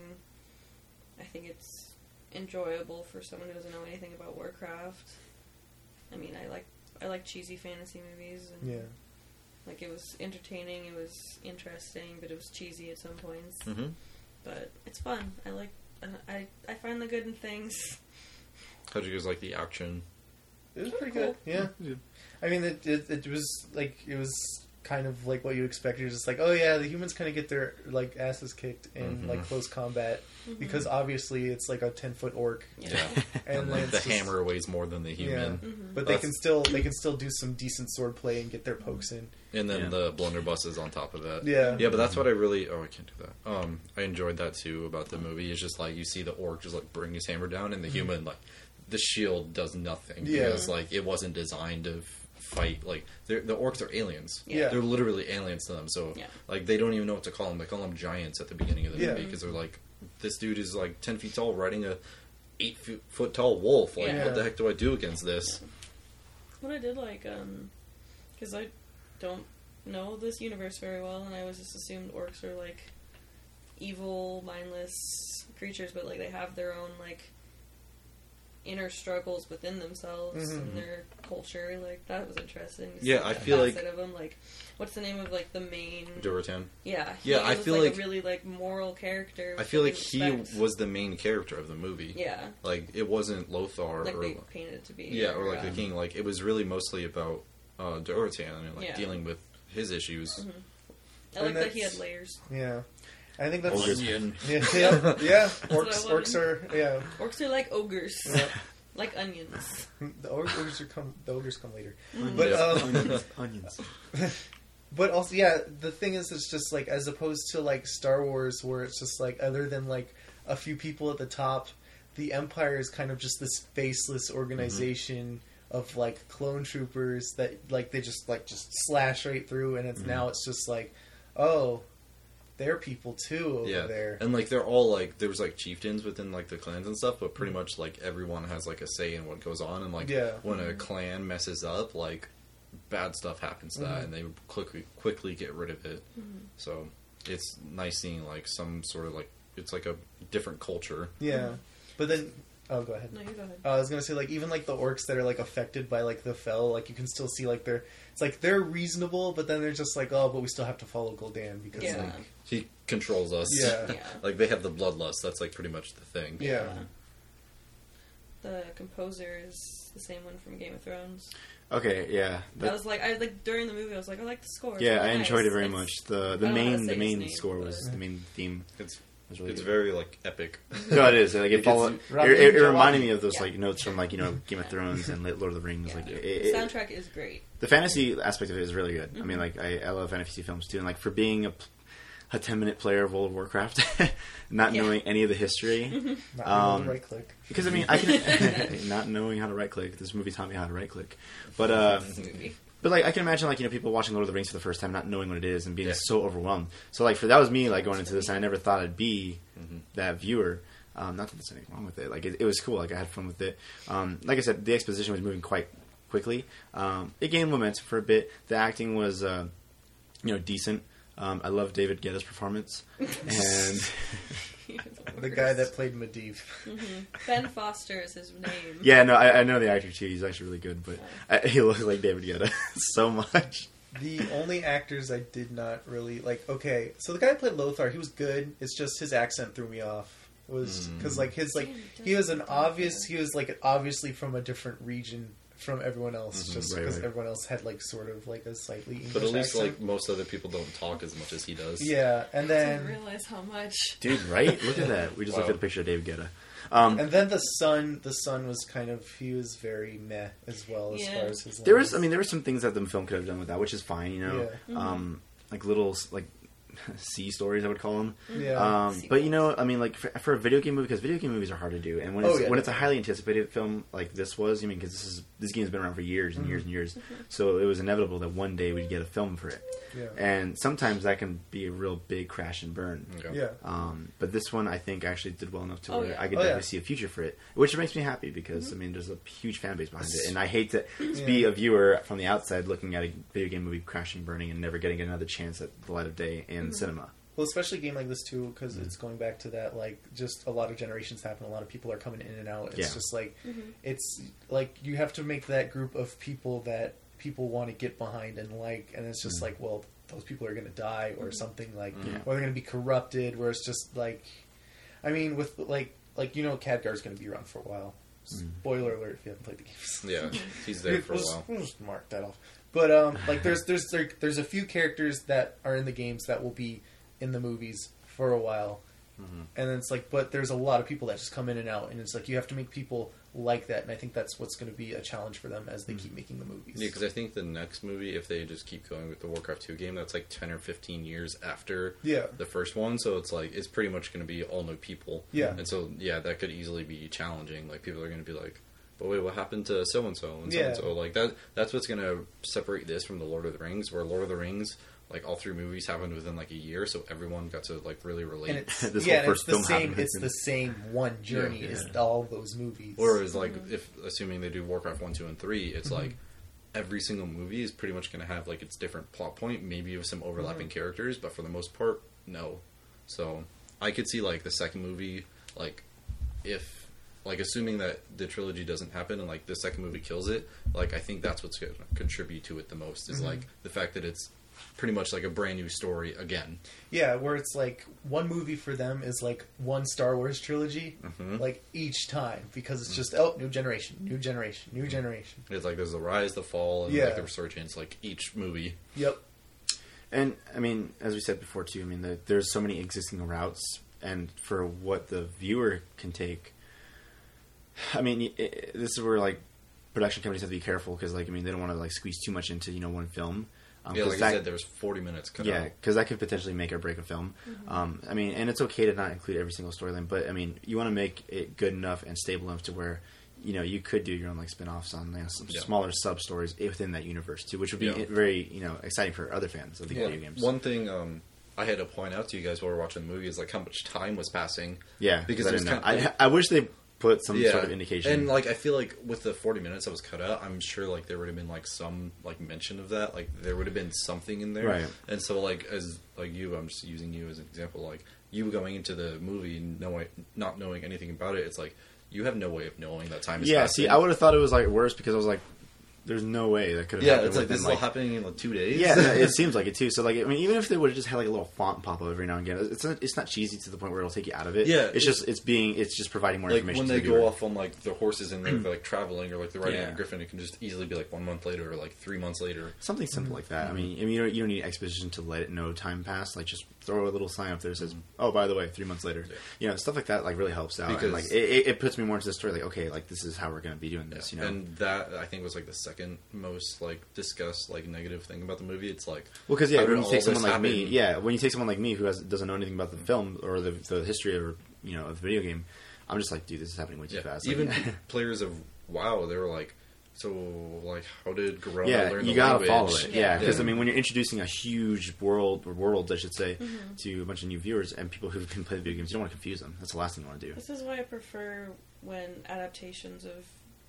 Speaker 4: I think it's enjoyable for someone who doesn't know anything about Warcraft. I mean, I like I like cheesy fantasy movies. And,
Speaker 3: Yeah,
Speaker 4: Like it was entertaining, it was interesting, but it was cheesy at some points.
Speaker 5: Mm-hmm.
Speaker 4: But it's fun. I like. uh, I I find the good in things.
Speaker 5: How'd you guys like the action?
Speaker 3: it was pretty
Speaker 4: Cool.
Speaker 3: good. Yeah, I mean, it, it it was like it was kind of like what you expect. You're just like, oh yeah, the humans kind of get their like asses kicked in
Speaker 5: Mhm.
Speaker 3: like close combat because obviously it's like a ten foot orc,
Speaker 4: Mm-hmm. Yeah.
Speaker 5: And,
Speaker 3: then
Speaker 5: like
Speaker 3: it's
Speaker 5: the
Speaker 3: just-
Speaker 5: hammer weighs more than the human.
Speaker 4: hmm
Speaker 3: But they
Speaker 5: That's-
Speaker 3: can still they can still do some decent sword play and get their pokes in.
Speaker 5: And then
Speaker 2: Yeah.
Speaker 5: the blunderbusses on top of that.
Speaker 3: Yeah.
Speaker 5: Yeah, but that's what I really. Oh, I can't do that. Um, I enjoyed that too about the movie. It's just like you see the orc just like bring his hammer down,
Speaker 4: Mm-hmm.
Speaker 5: and the human like the shield does nothing
Speaker 3: Yeah.
Speaker 5: because like it wasn't designed to f- fight. Like they're, the orcs are aliens.
Speaker 3: Yeah.
Speaker 5: they're literally aliens to them. So
Speaker 4: Yeah.
Speaker 5: like they don't even know what to call them. They call them giants at the beginning of the
Speaker 3: Yeah.
Speaker 5: movie because they're like this dude is like ten feet tall riding a eight foot, foot tall wolf. Like
Speaker 4: Yeah.
Speaker 5: what the heck do I do against this?
Speaker 4: What I did like, um, because I don't know this universe very well, and I was just assumed orcs are like evil, mindless creatures, but like they have their own like inner struggles within themselves
Speaker 3: Mhm.
Speaker 4: and their culture. Like that was interesting. to see
Speaker 5: Mm-hmm, Yeah, I
Speaker 4: that
Speaker 5: feel like-
Speaker 4: facet of them. Like, what's the name of like the main?
Speaker 5: Duratan.
Speaker 4: Yeah,
Speaker 5: Yeah,
Speaker 4: he
Speaker 5: I
Speaker 4: was,
Speaker 5: feel
Speaker 4: a
Speaker 5: like-
Speaker 4: really like moral character.
Speaker 5: I feel like
Speaker 4: which
Speaker 5: he
Speaker 4: you respect.
Speaker 5: was the main character of the movie.
Speaker 4: Yeah,
Speaker 5: Like it wasn't Lothar
Speaker 4: like
Speaker 5: or
Speaker 4: they painted it to be.
Speaker 5: yeah, or like the
Speaker 4: um,
Speaker 5: king. Like it was really mostly about uh, Dorotan and like
Speaker 4: Yeah. Mm-hmm.
Speaker 5: dealing with his issues.
Speaker 4: I like
Speaker 3: And
Speaker 4: that he
Speaker 3: that's-
Speaker 4: had layers.
Speaker 3: Yeah, I think that's
Speaker 2: Ogres.
Speaker 5: Onion.
Speaker 3: yeah yeah, yeah.
Speaker 4: what I
Speaker 3: orcs
Speaker 4: wanted.
Speaker 3: orcs are yeah.
Speaker 4: Orcs are like ogres,
Speaker 3: Yeah.
Speaker 4: like onions.
Speaker 3: The ogres, ogres are come. The ogres come later.
Speaker 4: Mhm.
Speaker 3: But
Speaker 5: Yeah.
Speaker 3: um,
Speaker 2: Onions, onions.
Speaker 3: but also, yeah. The thing is, it's just like as opposed to like Star Wars, where it's just like other than like a few people at the top, the Empire is kind of just this faceless organization of like clone troopers that like they just like just slash right through, and it's now it's just like, oh, they're people too over
Speaker 5: Yeah,
Speaker 3: there.
Speaker 5: and like they're all like there was like chieftains within like the clans and stuff, but pretty much like everyone has like a say in what goes on. And like
Speaker 3: Yeah.
Speaker 5: when
Speaker 4: Mm-hmm.
Speaker 5: a clan messes up, like bad stuff happens to
Speaker 4: Mm-hmm.
Speaker 5: that, and they quickly quickly get rid of it. So it's nice seeing like some sort of like it's like a different culture.
Speaker 3: yeah, but then oh, go ahead.
Speaker 4: No, you go ahead.
Speaker 3: Uh, I was gonna say like even like the orcs that are like affected by like the fell, like you can still see like they're it's like they're reasonable, but then they're just like oh, but we still have to follow Gul'dan because
Speaker 4: Yeah.
Speaker 3: like
Speaker 5: He controls us.
Speaker 3: Yeah.
Speaker 4: Yeah.
Speaker 5: like they have the bloodlust. That's like pretty much the thing.
Speaker 3: yeah,
Speaker 4: The composer is the same one from Game of Thrones.
Speaker 2: Okay, yeah.
Speaker 4: I
Speaker 2: That-
Speaker 4: was like, I like during the movie, I was like, I like the score. It's
Speaker 2: yeah, I
Speaker 4: nice.
Speaker 2: enjoyed it very
Speaker 4: It's-
Speaker 2: much. The the
Speaker 4: I don't know how to
Speaker 2: main
Speaker 4: say
Speaker 2: the
Speaker 4: his
Speaker 2: main
Speaker 4: name,
Speaker 2: score was
Speaker 4: but-
Speaker 2: the main theme.
Speaker 5: It's
Speaker 2: was really
Speaker 5: it's
Speaker 2: good.
Speaker 5: very like epic.
Speaker 2: No, it is. Like it,
Speaker 5: It
Speaker 2: follow-
Speaker 5: gets
Speaker 3: you-
Speaker 2: it, it, it
Speaker 3: Robin
Speaker 2: reminded
Speaker 3: Jawa-
Speaker 2: me of those
Speaker 4: Yeah.
Speaker 2: like notes from like you know Game of Thrones and Lord of the Rings.
Speaker 4: Yeah.
Speaker 2: Like it,
Speaker 4: The
Speaker 2: it, it-
Speaker 4: soundtrack Mm-hmm. is great.
Speaker 2: the fantasy aspect of it is really good. I mean, like I, I love fantasy films too, and like for being a p- a 10 minute player of World of Warcraft, not
Speaker 4: Yeah. Mm-hmm.
Speaker 2: knowing any of the history.
Speaker 3: Not um,
Speaker 2: Um,
Speaker 3: right click.
Speaker 2: Because I mean, I can not knowing how to right click. This movie taught me how to right click, but uh,
Speaker 4: This movie.
Speaker 2: but like I can imagine like you know people watching Lord of the Rings for the first time, not knowing what it is and being
Speaker 5: Yeah.
Speaker 2: so overwhelmed. So like for that was me like going into this, and I never thought I'd be that viewer. Um, not that there's anything wrong with it. Like it, it was cool. Like I had fun with it. Um, like I said, the exposition was moving quite quickly. Um, it gained momentum for a bit. The acting was uh, you know decent. Um, I love David Guetta's performance, and
Speaker 3: The guy that played Medivh.
Speaker 4: Mm-hmm. Ben Foster is his name.
Speaker 2: yeah, no, I, I know the actor too. He's actually really good, but I, he looks like David Guetta so much.
Speaker 3: The only actors I did not really like. Okay, so the guy who played Lothar, he was good. It's just his accent threw me off. Was because like his like he was an obvious he was like obviously from a different region from everyone else just
Speaker 2: right,
Speaker 3: because
Speaker 2: right.
Speaker 3: everyone else had like sort of like a slightly English
Speaker 5: But at least
Speaker 3: accent.
Speaker 5: like most other people don't talk as much as he does.
Speaker 3: yeah, and
Speaker 4: I didn't
Speaker 3: then
Speaker 4: realize how much.
Speaker 2: Dude, right? Look at that. We just
Speaker 5: Wow.
Speaker 2: looked at a picture of David Guetta. Um,
Speaker 3: and then the son the son was kind of he was very meh as well as
Speaker 4: Yeah.
Speaker 3: far as his
Speaker 2: there
Speaker 3: lines.
Speaker 2: was, I mean, there were some things that the film could have done with that, which is fine, you know. Um, like little like C stories, I would call them.
Speaker 3: yeah
Speaker 2: Um, but you know, I mean, like for, for a video game movie, because video game movies are hard to do, and when
Speaker 3: Oh,
Speaker 2: it's,
Speaker 3: yeah,
Speaker 2: when it's a
Speaker 3: definitely.
Speaker 2: highly anticipated film like this was, I mean, because this is this game's been around for years
Speaker 3: Mm-hmm.
Speaker 2: and years and years, so it was inevitable that one day we'd get a film for it,
Speaker 3: yeah.
Speaker 2: and sometimes that can be a real big crash and burn.
Speaker 5: Okay.
Speaker 3: yeah
Speaker 2: Um, but this one, I think, actually did well enough to
Speaker 4: Oh,
Speaker 2: where
Speaker 4: yeah.
Speaker 2: I could
Speaker 3: Oh,
Speaker 2: definitely
Speaker 3: yeah. Mm-hmm.
Speaker 2: see a future for it, which makes me happy because I mean, there's a huge fan base behind it, and I hate to to be
Speaker 3: Yeah.
Speaker 2: a viewer from the outside looking at a video game movie crashing, burning, and never getting another chance at the light of day in
Speaker 3: Mm-hmm.
Speaker 2: cinema.
Speaker 3: Well, especially a game like this too, because it's going back to that like just a lot of generations happen. A lot of people are coming in and out. It's
Speaker 2: Yeah.
Speaker 3: just like it's like you have to make that group of people that people want to get behind and like, and it's just like well, those people are going to die or something like,
Speaker 2: Mm. Yeah.
Speaker 3: or they're going to be corrupted. Where it's just like, I mean, with like like you know, Khadgar's going to be around for a while.
Speaker 2: Mm.
Speaker 3: Spoiler alert if you haven't played the games.
Speaker 5: Yeah, he's there for a
Speaker 3: We'll just-
Speaker 5: while.
Speaker 3: we'll just mark that off. But um, like, there's there's there, there's a few characters that are in the games that will be in the movies for a while,
Speaker 5: Mm-hmm.
Speaker 3: and then it's like, but there's a lot of people that just come in and out, and it's like you have to make people like that, and I think that's what's going to be a challenge for them as they keep making the movies.
Speaker 5: Mm-hmm. Yeah, because I think the next movie, if they just keep going with the Warcraft 2 game, that's like 10 or 15 years after
Speaker 3: Yeah.
Speaker 5: the first one. So it's like, it's pretty much going to be all new people.
Speaker 3: Yeah.
Speaker 5: And so, yeah, that could easily be challenging. Like, people are going to be like, but wait, what happened to so and so and so
Speaker 3: Yeah.
Speaker 5: and so? Like, that that's what's going to separate this from The Lord of the Rings, where Lord of the Rings, like, all three movies happened within like a year. So everyone got to, like, really relate.
Speaker 3: and it's
Speaker 2: This whole
Speaker 3: yeah, and
Speaker 2: first
Speaker 3: it's the
Speaker 2: film
Speaker 3: same.
Speaker 2: happened.
Speaker 3: It's the same one journey
Speaker 5: Yeah.
Speaker 3: as all those movies.
Speaker 5: Whereas, like, if assuming they do Warcraft one, two, and three, it's like every single movie is pretty much going to have like its different plot point, maybe with some overlapping characters, but for the most part, no. So I could see like the second movie, like if like assuming that the trilogy doesn't happen and like the second movie kills it, like I think that's what's going to contribute to it the most is like the fact that it's pretty much like a brand new story again.
Speaker 3: Yeah, where it's like one movie for them is like one Star Wars trilogy,
Speaker 5: Mm-hmm.
Speaker 3: like each time because
Speaker 5: Mm.
Speaker 3: it's just oh new generation, new generation, new generation.
Speaker 5: It's like there's the rise, the fall, and
Speaker 3: Yeah.
Speaker 5: like the resurgence, like each movie.
Speaker 3: Yep.
Speaker 2: And I mean, as we said before too, I mean, the, there's so many existing routes, and for what the viewer can take, I mean, i i this is where like production companies have to be careful because, like, I mean, they don't want to like squeeze too much into you know one film. Um,
Speaker 5: Yeah,
Speaker 2: 'cause
Speaker 5: like I
Speaker 2: that-
Speaker 5: said, there's 40 minutes cut
Speaker 2: Yeah,
Speaker 5: out.
Speaker 2: because that could potentially make or break a film. Um, I mean, and it's okay to not include every single storyline, but I mean, you want to make it good enough and stable enough to where you know you could do your own like spin-offs on you know, some
Speaker 5: Yeah.
Speaker 2: smaller sub stories within that universe too, which would be
Speaker 5: Yeah.
Speaker 2: very you know exciting for other fans of the
Speaker 5: One-
Speaker 2: video games.
Speaker 5: One thing um, I had to point out to you guys while we were watching the movie is like how much time was passing.
Speaker 2: yeah,
Speaker 5: because
Speaker 2: because I
Speaker 5: there's
Speaker 2: didn't know.
Speaker 5: kind of-
Speaker 2: I, I wish they put some
Speaker 5: yeah,
Speaker 2: sort of indication.
Speaker 5: And like I feel like with the 40 minutes that was cut out, I'm sure like there would have been like some like mention of that. Like there would have been something in there.
Speaker 2: Right.
Speaker 5: And so like as like you, I'm just using you as an example. Like you going into the movie knowing not knowing anything about it, it's like you have no way of knowing that time is
Speaker 2: yeah,
Speaker 5: passing.
Speaker 2: see, I would have thought it was like worse because I was like, "There's no way that could have."
Speaker 5: Yeah,
Speaker 2: happened
Speaker 5: it's like
Speaker 2: within,
Speaker 5: this is all happening in like two days.
Speaker 2: Yeah, no, it seems like it too. So like, I mean, even if they would have just had like a little font pop up every now and again, it's not it's not cheesy to the point where it'll take you out of it.
Speaker 5: Yeah,
Speaker 2: it's
Speaker 5: it's-
Speaker 2: just it's being it's just providing more
Speaker 5: like
Speaker 2: information.
Speaker 5: when
Speaker 2: to
Speaker 5: they
Speaker 2: the
Speaker 5: go
Speaker 2: viewer.
Speaker 5: off on like their horses and they're like traveling or like they're riding
Speaker 2: Yeah.
Speaker 5: on a griffin, it can just easily be like one month later or like three months later.
Speaker 2: something simple like that. I mean, I mean, you don't, you don't need exposition to let it know time passed. Like just throw a little sign up there that says, "Oh, by the way, three months later."
Speaker 5: Mm-hmm. Yeah.
Speaker 2: You know, stuff like that like really helps out. and,
Speaker 5: Because-
Speaker 2: like it, it, it puts me more into the story. Like, okay, like this is how we're going to be doing this. You know,
Speaker 5: and that I think was like the second most like discussed like negative thing about the movie. It's like
Speaker 2: Well, because yeah,
Speaker 5: How did
Speaker 2: when you
Speaker 5: all
Speaker 2: take
Speaker 5: this
Speaker 2: someone like me,
Speaker 5: happen?
Speaker 2: yeah, when you take someone like me who has, doesn't know anything about the film or the, the history or you know of the video game, I'm just like, dude, this is happening way too
Speaker 5: yeah,
Speaker 2: fast. Like,
Speaker 5: even players of WoW, they were like, so like how did Garona
Speaker 2: yeah,
Speaker 5: learn
Speaker 2: you
Speaker 5: the
Speaker 2: gotta
Speaker 5: language?
Speaker 2: follow it. Yeah,
Speaker 5: Yeah.
Speaker 2: because I mean, when you're introducing a huge world or worlds, I should say,
Speaker 4: Mm-hmm.
Speaker 2: to a bunch of new viewers and people who've been playing video games, you don't want to confuse them. That's the last thing you want to do.
Speaker 4: This is why I prefer when adaptations of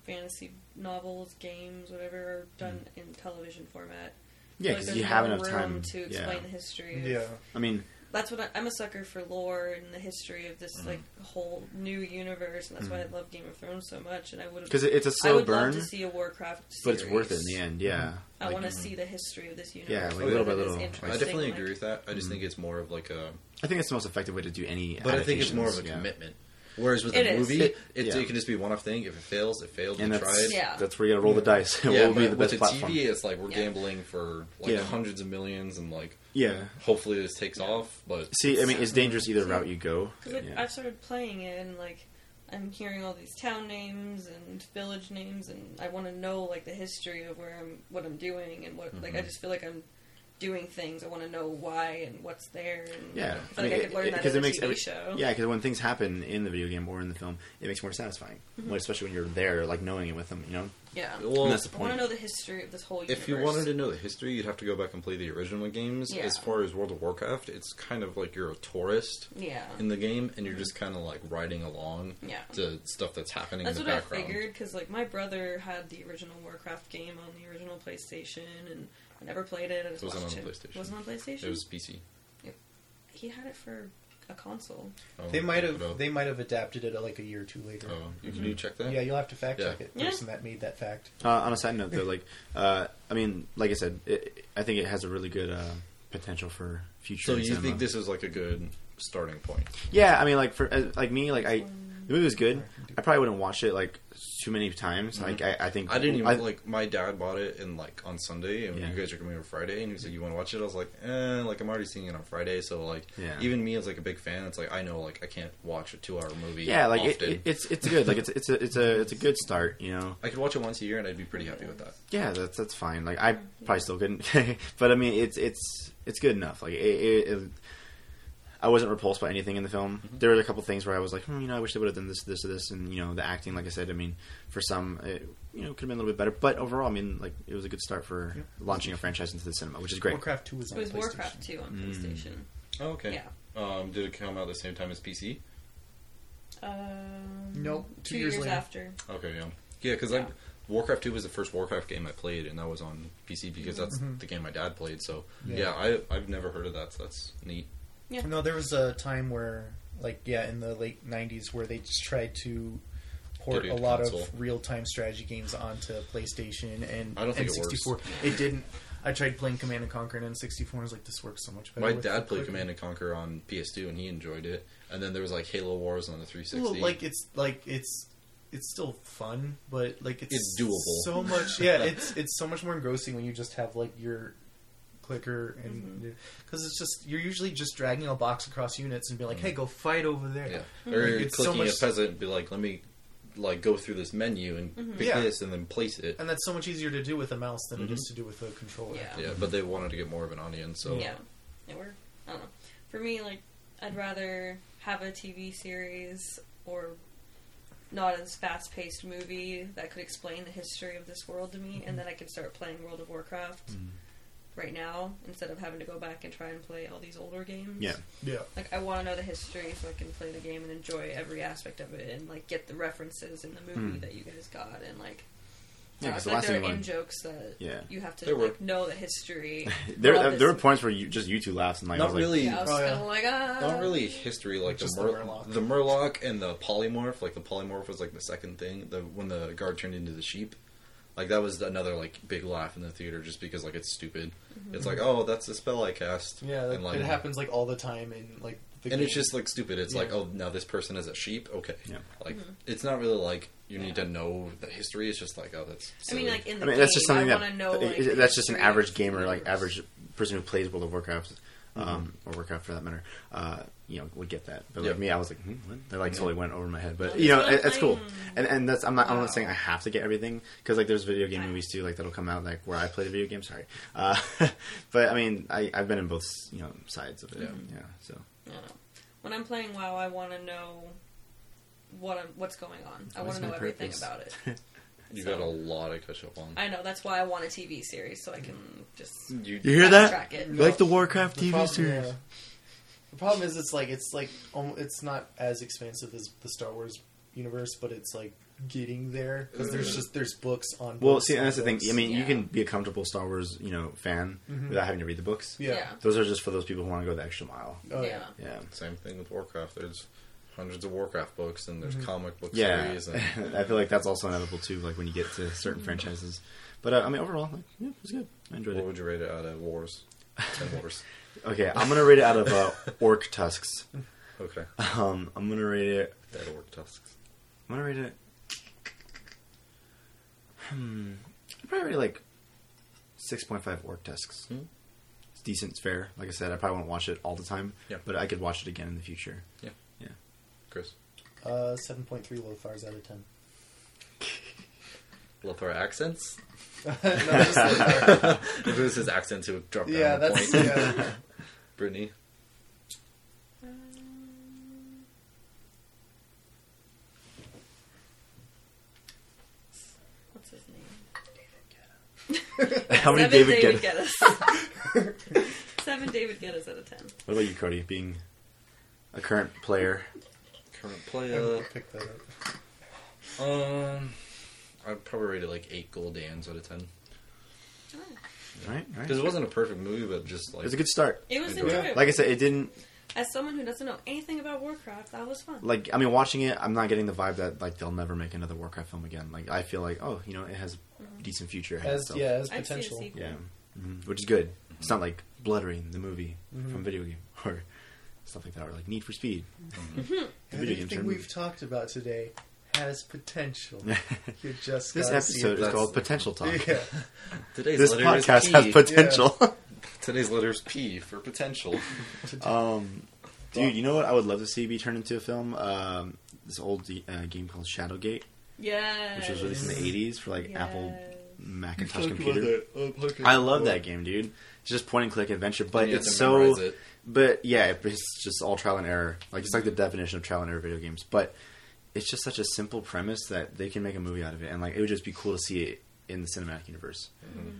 Speaker 4: fantasy novels, games, whatever, are done
Speaker 2: Mm.
Speaker 4: in television format.
Speaker 2: Yeah,
Speaker 4: Like,
Speaker 2: because
Speaker 4: there's
Speaker 2: you have
Speaker 4: more
Speaker 2: enough time
Speaker 4: room to explain
Speaker 2: yeah,
Speaker 4: the history. Of,
Speaker 3: Yeah.
Speaker 2: I mean,
Speaker 4: that's what I, I'm a sucker for lore and the history of
Speaker 2: Mm-hmm.
Speaker 4: this like whole new universe, and that's why I love Game of Thrones so much. And I would
Speaker 2: because
Speaker 4: have,
Speaker 2: it's a
Speaker 4: I
Speaker 2: slow
Speaker 4: would love
Speaker 2: burn,
Speaker 4: to see a Warcraft,
Speaker 2: but it's worth it in
Speaker 4: series.
Speaker 2: the end. Yeah,
Speaker 4: I
Speaker 2: Like, mm-hmm.
Speaker 4: want to see the history of this universe.
Speaker 2: Yeah, like,
Speaker 4: whether
Speaker 2: little by
Speaker 4: it is
Speaker 2: little. I
Speaker 5: Oh, I
Speaker 4: interesting,
Speaker 5: definitely
Speaker 4: like-
Speaker 5: agree with that. I just
Speaker 2: Mm-hmm.
Speaker 5: think it's more of like a,
Speaker 2: I think it's the most effective way to do any.
Speaker 5: but I think it's more of a
Speaker 2: adaptations, yeah.
Speaker 5: commitment. Whereas with
Speaker 4: It
Speaker 5: a
Speaker 4: is.
Speaker 5: movie, it,
Speaker 2: It- yeah.
Speaker 5: it can just be one off thing. If it fails, it failed.
Speaker 2: and
Speaker 5: you tried.
Speaker 2: that's
Speaker 4: Yeah.
Speaker 2: that's where you gotta roll the dice. what
Speaker 5: Yeah,
Speaker 2: will be
Speaker 5: but
Speaker 2: the best
Speaker 5: with
Speaker 2: platform?
Speaker 5: the TV, it's like we're
Speaker 4: Yeah.
Speaker 5: gambling for like
Speaker 2: Yeah.
Speaker 5: hundreds of millions, and like
Speaker 2: Yeah.
Speaker 5: hopefully this takes off. But
Speaker 2: See, I mean, it's dangerous either route you go.
Speaker 4: Because like,
Speaker 2: Yeah.
Speaker 4: I've started playing it, and like I'm hearing all these town names and village names, and I want to know like the history of where I'm, what I'm doing, and what like
Speaker 5: Mm-hmm.
Speaker 4: I just feel like I'm doing things. I want to know why and what's there. And,
Speaker 2: Yeah,
Speaker 4: I feel like I, could learn that
Speaker 2: 'cause
Speaker 4: in a
Speaker 2: makes
Speaker 4: TV
Speaker 2: every-
Speaker 4: show.
Speaker 2: Yeah, because when things happen in the video game or in the film, it makes more satisfying,
Speaker 4: Mm-hmm.
Speaker 2: Like, especially when you're there, like knowing it with them. You know,
Speaker 4: yeah.
Speaker 5: well,
Speaker 2: and that's the
Speaker 4: I want to
Speaker 2: point.
Speaker 4: know the history of this whole. Universe.
Speaker 5: if you wanted to know the history, you'd have to go back and play the original games.
Speaker 4: Yeah.
Speaker 5: As far as World of Warcraft, it's kind of like you're a tourist
Speaker 4: yeah,
Speaker 5: in the game, and you're just kind of like riding along
Speaker 4: Yeah.
Speaker 5: to stuff that's happening
Speaker 4: That's
Speaker 5: in
Speaker 4: what
Speaker 5: the
Speaker 4: I
Speaker 5: background.
Speaker 4: figured because, like, my brother had the original Warcraft game on the original PlayStation, and I never played it. I just
Speaker 5: It wasn't
Speaker 4: watched
Speaker 5: on
Speaker 4: it.
Speaker 5: PlayStation.
Speaker 4: Wasn't on PlayStation.
Speaker 5: It was PC.
Speaker 4: He had it for a console.
Speaker 5: Oh,
Speaker 3: They might
Speaker 5: oh,
Speaker 3: have they might have adapted it like a year or two later.
Speaker 5: oh, you
Speaker 2: Mm-hmm.
Speaker 5: can you check that?
Speaker 3: Yeah, you'll have to fact check
Speaker 5: Yeah.
Speaker 3: it.
Speaker 4: Yeah.
Speaker 3: Person that made that fact.
Speaker 2: Uh, on a side note, though, like, uh, I mean, like I said, it, I think it has a really good uh, potential for future.
Speaker 5: So you
Speaker 2: cinema.
Speaker 5: think this is like a good starting point?
Speaker 2: Yeah, I mean, like for as, like me, like I, the movie was good. I probably wouldn't watch it like too many times. Like I, I think
Speaker 5: Mm-hmm. I didn't even like. My dad bought it and like on Sunday, and
Speaker 2: Yeah.
Speaker 5: you guys are coming over Friday, and he's like, "You want to watch it?" I was like, "Eh, like I'm already seeing it on Friday." So like,
Speaker 2: Yeah.
Speaker 5: even me as like a big fan, it's like I know like I can't watch a two hour movie.
Speaker 2: Yeah, like it,
Speaker 5: often.
Speaker 2: it, it's it's good. Like it's it's a it's a it's a good start. You know.
Speaker 5: I could watch it once a year, and I'd be pretty happy with that.
Speaker 2: Yeah, that's that's fine. Like I probably still couldn't, but I mean, it's it's it's good enough. Like it, it, it, I wasn't repulsed by anything in the film.
Speaker 5: Mm-hmm.
Speaker 2: There were a couple things where I was like, hmm, you know, I wish they would have done this, this, or this, and you know, the acting. Like I said, I mean, for some, it, you know, could have been a little bit better. But overall, I mean, like it was a good start for
Speaker 3: Yeah.
Speaker 2: launching a franchise into the cinema, which is great.
Speaker 3: Warcraft Two was
Speaker 4: It
Speaker 3: on
Speaker 4: was
Speaker 3: PlayStation.
Speaker 4: Warcraft 2 on PlayStation.
Speaker 5: Oh, okay.
Speaker 4: Hmm. Yeah.
Speaker 5: Um, did it come out the same time as PC?
Speaker 4: Um,
Speaker 3: Nope,
Speaker 4: Two, years,
Speaker 3: later.
Speaker 4: after.
Speaker 5: Okay, yeah, yeah, because
Speaker 4: Yeah.
Speaker 5: Warcraft Two was the first Warcraft game I played, and that was on PC because that's
Speaker 2: Mm-hmm.
Speaker 5: the game my dad played. So
Speaker 3: Yeah.
Speaker 5: yeah, I I've never heard of that. So that's neat.
Speaker 4: Yeah.
Speaker 3: No, there was a time where, like, yeah, in the late '90s, where they just tried to port
Speaker 5: Get
Speaker 3: a
Speaker 5: it to
Speaker 3: lot
Speaker 5: console.
Speaker 3: of real-time strategy games onto PlayStation and
Speaker 5: I don't think it works.
Speaker 3: N64. It, didn't. I tried playing Command and Conquer and N64, and I was like, this works so much better.
Speaker 5: My
Speaker 3: with the
Speaker 5: dad played
Speaker 3: click.
Speaker 5: Command and Conquer on PS2 and he enjoyed it. And then there was like Halo Wars on the 360.
Speaker 3: Well, like it's like it's it's still fun, but like it's,
Speaker 5: It's doable.
Speaker 3: So much, yeah. It's it's so much more engrossing when you just have like your clicker
Speaker 5: Mm-hmm.
Speaker 3: and because it's just you're usually just dragging a box across units and being like, hey, go fight over there.
Speaker 5: Mm-hmm. yeah. Or
Speaker 3: Like,
Speaker 5: you're
Speaker 3: it's so
Speaker 5: clicking
Speaker 3: much-
Speaker 5: a peasant and be like, let me like go through this menu and pick
Speaker 3: Yeah.
Speaker 5: this and then place it.
Speaker 3: And that's so much easier to do with a mouse than it is
Speaker 2: Mm-hmm.
Speaker 3: to do with a controller.
Speaker 4: Oh, Yeah.
Speaker 5: yeah, but they wanted to get more of an audience. So
Speaker 4: Yeah. It worked. I don't know. For me, like, I'd rather have a TV series or not as fast paced movie that could explain the history of this world to me, and then I could start playing World of Warcraft right now instead of having to go back and try and play all these older games.
Speaker 2: Yeah.
Speaker 3: Yeah.
Speaker 4: Like, I want to know the history so I can play the game and enjoy every aspect of it and, like, get the references in the movie that you guys got and, like,
Speaker 2: Hmm. Yeah,
Speaker 4: Uh,
Speaker 2: 'cause
Speaker 4: it's
Speaker 2: the
Speaker 4: like
Speaker 2: last
Speaker 4: there
Speaker 2: thing
Speaker 4: are
Speaker 2: you
Speaker 4: in
Speaker 2: want.
Speaker 4: jokes that
Speaker 2: Yeah.
Speaker 4: you have to
Speaker 5: There were.
Speaker 4: like know the history.
Speaker 2: There, uh,
Speaker 4: Well,
Speaker 2: there, there were
Speaker 4: this-
Speaker 2: points where you just you two laughs and like I
Speaker 5: not
Speaker 2: was like,
Speaker 5: really,
Speaker 4: Yeah, I was
Speaker 3: Oh, yeah.
Speaker 4: kind of like ah.
Speaker 5: not really history like the,
Speaker 3: Just the
Speaker 5: Mur-
Speaker 3: Murloc.
Speaker 5: the Murloc and the polymorph. Like the polymorph was like the second thing. The when the guard turned into the sheep. Like that was another like big laugh in the theater just because like it's stupid. It's like oh that's the spell I cast.
Speaker 3: Yeah, that,
Speaker 5: and, like,
Speaker 3: it happens like all the time in like. The
Speaker 5: and it's
Speaker 3: game.
Speaker 5: just like stupid. It's like,
Speaker 3: Yeah.
Speaker 5: oh, now this person is a sheep. Okay,
Speaker 2: Yeah.
Speaker 5: like
Speaker 4: Mm-hmm.
Speaker 5: it's not really like you need to know the history. It's just like, oh, that's.
Speaker 4: I mean,
Speaker 5: silly.
Speaker 4: like in the
Speaker 2: I mean, that's just
Speaker 4: game,
Speaker 2: something
Speaker 4: I
Speaker 2: that
Speaker 4: want to know.
Speaker 2: it-
Speaker 4: Like,
Speaker 2: it-
Speaker 4: the
Speaker 2: that's just an
Speaker 4: history of
Speaker 2: average
Speaker 4: the
Speaker 2: gamer, like
Speaker 4: universe.
Speaker 2: average person who plays World of Warcraft. um,
Speaker 4: Mm-hmm.
Speaker 2: or Warcraft for that matter, uh, you know, would get that. But like
Speaker 5: Yeah.
Speaker 2: me, I was like, hmm, what? That like totally went over my head. But
Speaker 4: That's
Speaker 2: you know,
Speaker 4: what I'm
Speaker 2: it, it's cool.
Speaker 4: saying.
Speaker 2: And and that's I'm not I'm
Speaker 4: Wow.
Speaker 2: not saying I have to get everything because like there's video game movies too like that'll come out like where I play the video game. Sorry, uh, but I mean I I've been in both you know sides of it.
Speaker 5: Yeah.
Speaker 2: yeah so.
Speaker 4: I don't know. When I'm playing WoW, I want to know what I'm, what's going on. I want
Speaker 2: What's
Speaker 4: to know
Speaker 2: my
Speaker 4: everything
Speaker 2: purpose?
Speaker 4: about it.
Speaker 5: You
Speaker 4: So-
Speaker 5: got a lot to catch up on.
Speaker 4: I know that's why I want a TV series so I can just
Speaker 2: You hear that?
Speaker 4: fast-track it.
Speaker 2: Like the Warcraft
Speaker 3: The
Speaker 2: TV
Speaker 3: problem-
Speaker 2: series.
Speaker 3: yeah. The problem is, it's like it's like almo- it's not as expansive as the Star Wars universe, but it's like getting there because there's
Speaker 5: Mhm.
Speaker 3: just there's books on.
Speaker 2: Mm. Well,
Speaker 3: books
Speaker 2: see, and
Speaker 3: on
Speaker 2: that's the thing.
Speaker 3: books.
Speaker 2: I mean, you
Speaker 4: Yeah.
Speaker 2: can be a comfortable Star Wars, you know, fan
Speaker 3: Mhm.
Speaker 2: without having to read the books.
Speaker 3: yeah.
Speaker 2: Those are just for those people who want to go the extra mile.
Speaker 3: Oh,
Speaker 4: yeah.
Speaker 3: yeah.
Speaker 2: Yeah.
Speaker 5: Same thing with Warcraft. There's hundreds of Warcraft books, and
Speaker 3: Mm-hmm.
Speaker 5: there's comic book
Speaker 2: Yeah.
Speaker 5: series. And
Speaker 2: I feel like that's also inevitable too. Like when you get to
Speaker 5: Mm-hmm.
Speaker 2: certain franchises. But uh, I mean, overall, like, yeah, it was good. I enjoyed
Speaker 5: what
Speaker 2: it.
Speaker 5: would you rate it out of Wars? Ten Wars.
Speaker 2: Okay, I'm gonna rate it out of uh, orc tusks.
Speaker 5: Okay,
Speaker 2: Um, I'm gonna rate it.
Speaker 5: that orc tusks.
Speaker 2: I'm gonna rate it. Hmm. I'd probably rate it like six point five orc tusks.
Speaker 5: Hmm.
Speaker 2: It's decent. It's fair. Like I said, I probably won't watch it all the time.
Speaker 5: Yeah.
Speaker 2: But I could watch it again in the future.
Speaker 5: Chris,
Speaker 3: Uh, seven point three Lothars out of ten.
Speaker 5: Lothar accents.
Speaker 3: No, just Lothar.
Speaker 5: if it was his accents, it would drop down.
Speaker 3: yeah,
Speaker 5: a
Speaker 3: that's
Speaker 5: point.
Speaker 3: yeah.
Speaker 5: Brittany.
Speaker 4: Um, What's his name?
Speaker 2: How many
Speaker 4: Seven
Speaker 2: David, David Guetta-
Speaker 4: Guettas. Seven David Guettas out of ten.
Speaker 2: What about you, Cody? Being a current player,
Speaker 5: Current
Speaker 3: I would
Speaker 5: player.
Speaker 3: pick that up.
Speaker 5: Um, I'd probably rate it like eight gold dans out of ten
Speaker 2: right? Right.
Speaker 5: because it wasn't a perfect movie, but just like
Speaker 2: It's a good start.
Speaker 4: It was
Speaker 5: Enjoy.
Speaker 4: enjoyable.
Speaker 2: Like I said, it didn't.
Speaker 4: As someone who doesn't know anything about Warcraft, that was fun.
Speaker 2: Like I mean, watching it, I'm not getting the vibe that like they'll never make another Warcraft film again. Like I feel like, oh, you know, it has a decent future ahead.
Speaker 3: As
Speaker 2: so.
Speaker 3: yeah, as
Speaker 4: I'd see a
Speaker 3: potential.
Speaker 4: sequel.
Speaker 2: yeah, hmm which is good. It's not like blurring the movie
Speaker 3: Mm-hmm.
Speaker 2: from video game or stuff like that, or like Need for Speed. The video game
Speaker 3: Everything
Speaker 2: turned-
Speaker 3: we've talked about today has potential. You just
Speaker 2: this
Speaker 3: gotta see
Speaker 2: episode
Speaker 3: it.
Speaker 2: is
Speaker 5: that's-
Speaker 2: called Potential Talk.
Speaker 3: Yeah.
Speaker 5: today's
Speaker 2: This
Speaker 5: letter
Speaker 2: podcast
Speaker 5: is P.
Speaker 2: has potential.
Speaker 5: Today's letter is P for potential.
Speaker 2: Um, dude, you know what I would love to see be turned into a film? Um, this old uh, game called Shadowgate,
Speaker 4: Yeah.
Speaker 2: which was released in the '80s for like Apple Macintosh computer.
Speaker 5: computer.
Speaker 2: I love that game, dude. It's just point and click adventure, but
Speaker 5: You have
Speaker 2: it's
Speaker 5: to memorize
Speaker 2: so.
Speaker 5: it.
Speaker 2: But yeah, it's just all trial and error. Like it's like the definition of trial and error video games. But it's just such a simple premise that they can make a movie out of it, and like it would just be cool to see it in the cinematic universe.
Speaker 3: Mm-hmm.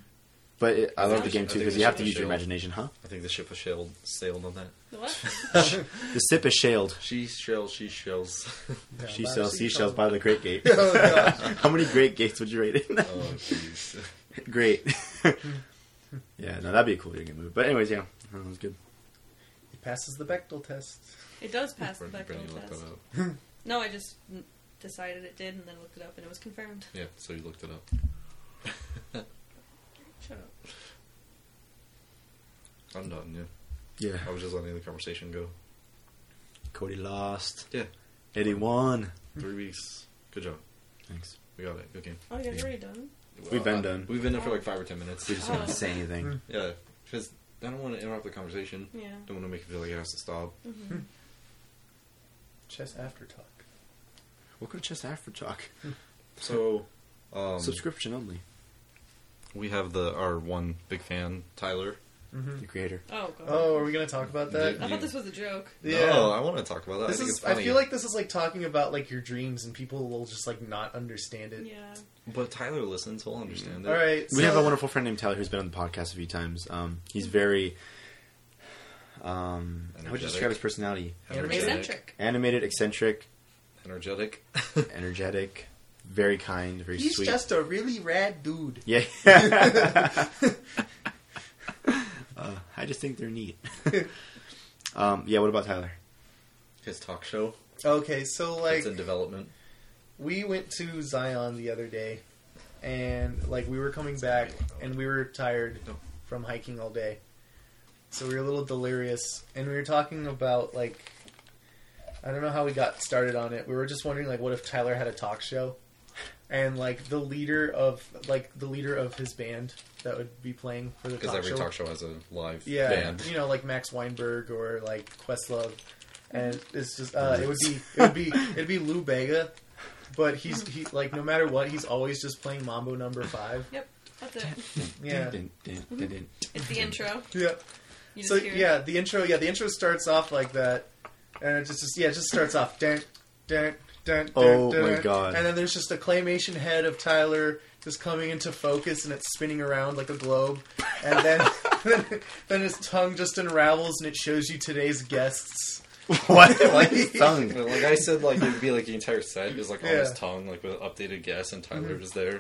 Speaker 2: But it, I love the
Speaker 4: Actually,
Speaker 2: game
Speaker 5: I
Speaker 2: too
Speaker 5: think
Speaker 2: because
Speaker 5: they
Speaker 2: you have
Speaker 5: should
Speaker 2: to
Speaker 5: have
Speaker 2: use your
Speaker 5: showed-
Speaker 2: imagination, huh?
Speaker 5: I think the ship has sailed, sailed on that.
Speaker 4: What?
Speaker 2: The sip is shaled.
Speaker 5: She shells, she shells.
Speaker 3: Yeah,
Speaker 2: She
Speaker 3: but
Speaker 2: sells
Speaker 3: I've seen
Speaker 2: seashells
Speaker 3: some-
Speaker 2: by the Great Gate.
Speaker 3: Oh, gosh.
Speaker 2: How many great gates would you rate it?
Speaker 5: oh, jeez.
Speaker 2: great. yeah, no, that'd be a cool video game movie. But anyways, yeah, that was good.
Speaker 3: It passes the Bechtel test.
Speaker 4: It does pass the
Speaker 5: Brittany
Speaker 4: Bechdel
Speaker 5: looked
Speaker 4: test.
Speaker 5: that up.
Speaker 4: No, I just n- decided it did and then looked it up and it was confirmed.
Speaker 5: Yeah, so you looked it up.
Speaker 4: Shut up.
Speaker 5: I'm done, yeah.
Speaker 2: Yeah,
Speaker 5: I was just letting the conversation go.
Speaker 2: Cody lost.
Speaker 5: Yeah.
Speaker 2: Eddie won.
Speaker 5: Three weeks. Good job.
Speaker 2: Thanks.
Speaker 5: We got it. Good game.
Speaker 4: Oh, you guys already done?
Speaker 2: We've been done.
Speaker 5: We've been done for like five or ten minutes.
Speaker 2: We just
Speaker 4: Oh.
Speaker 2: didn't say anything.
Speaker 5: Yeah, because I don't want to interrupt the conversation.
Speaker 4: Yeah. Mm-hmm.
Speaker 5: Don't want to make it feel like it has to stop.
Speaker 2: Hmm.
Speaker 3: Chess after talk.
Speaker 2: Welcome to Chess After Talk.
Speaker 5: So, um,
Speaker 2: Subscription only.
Speaker 5: we have the our one big fan, Tyler.
Speaker 2: The creator.
Speaker 4: Oh, God.
Speaker 3: Oh, are we gonna talk about that?
Speaker 4: I thought this was a joke.
Speaker 3: Yeah.
Speaker 5: No, I want to talk about that.
Speaker 3: this
Speaker 5: I think
Speaker 3: is.
Speaker 5: it's funny.
Speaker 3: I feel like this is like talking about like your dreams, and people will just like not understand it.
Speaker 4: Yeah.
Speaker 5: But Tyler listens. He'll understand
Speaker 3: All
Speaker 5: it.
Speaker 3: right.
Speaker 2: We
Speaker 3: so-
Speaker 2: have a wonderful friend named Tyler who's been on the podcast a few times. Um, he's very. Um, how would you
Speaker 5: Energetic.
Speaker 2: describe his personality?
Speaker 5: Energetic.
Speaker 4: Eccentric.
Speaker 2: Animated, eccentric,
Speaker 5: Energetic.
Speaker 2: energetic, very kind, very
Speaker 3: He's
Speaker 2: sweet.
Speaker 3: just a really rad dude.
Speaker 2: Yeah. uh, I just think they're neat. um, yeah, what about Tyler?
Speaker 5: His talk show.
Speaker 3: Okay, so like
Speaker 5: it's in development.
Speaker 3: we went to Zion the other day, and like we were coming back, and we were tired
Speaker 5: No.
Speaker 3: from hiking all day, so we were a little delirious, and we were talking about like I don't know how we got started on it. We were just wondering like what if Tyler had a talk show. and like the leader of like the leader of his band that would be playing for the
Speaker 5: Because
Speaker 3: talk
Speaker 5: every
Speaker 3: show.
Speaker 5: talk show has a live
Speaker 3: yeah,
Speaker 5: band.
Speaker 3: you know, like Max Weinberg or like Questlove, and it's just uh, it would be it would be it'd be Lou Bega, but he's he like no matter what he's always just playing Mambo Number Five.
Speaker 4: Yep, that's it.
Speaker 3: Yeah,
Speaker 4: It's the intro.
Speaker 3: yeah.
Speaker 4: You just
Speaker 3: So
Speaker 4: hear
Speaker 3: yeah, the intro yeah the intro starts off like that, and it just just- yeah it just starts off. Dun, dun, dun, dun,
Speaker 2: Oh
Speaker 3: dun,
Speaker 2: my
Speaker 3: dun.
Speaker 2: God.
Speaker 3: And then there's just a claymation head of Tyler just coming into focus, and it's spinning around like a globe, and then then his tongue just unravels, and it shows you today's guests.
Speaker 2: What? Like his tongue.
Speaker 5: But like I said, like it'd be like the entire set is like on
Speaker 3: Yeah. Mm-hmm.
Speaker 5: his tongue, like with updated guess, and Tyler was there.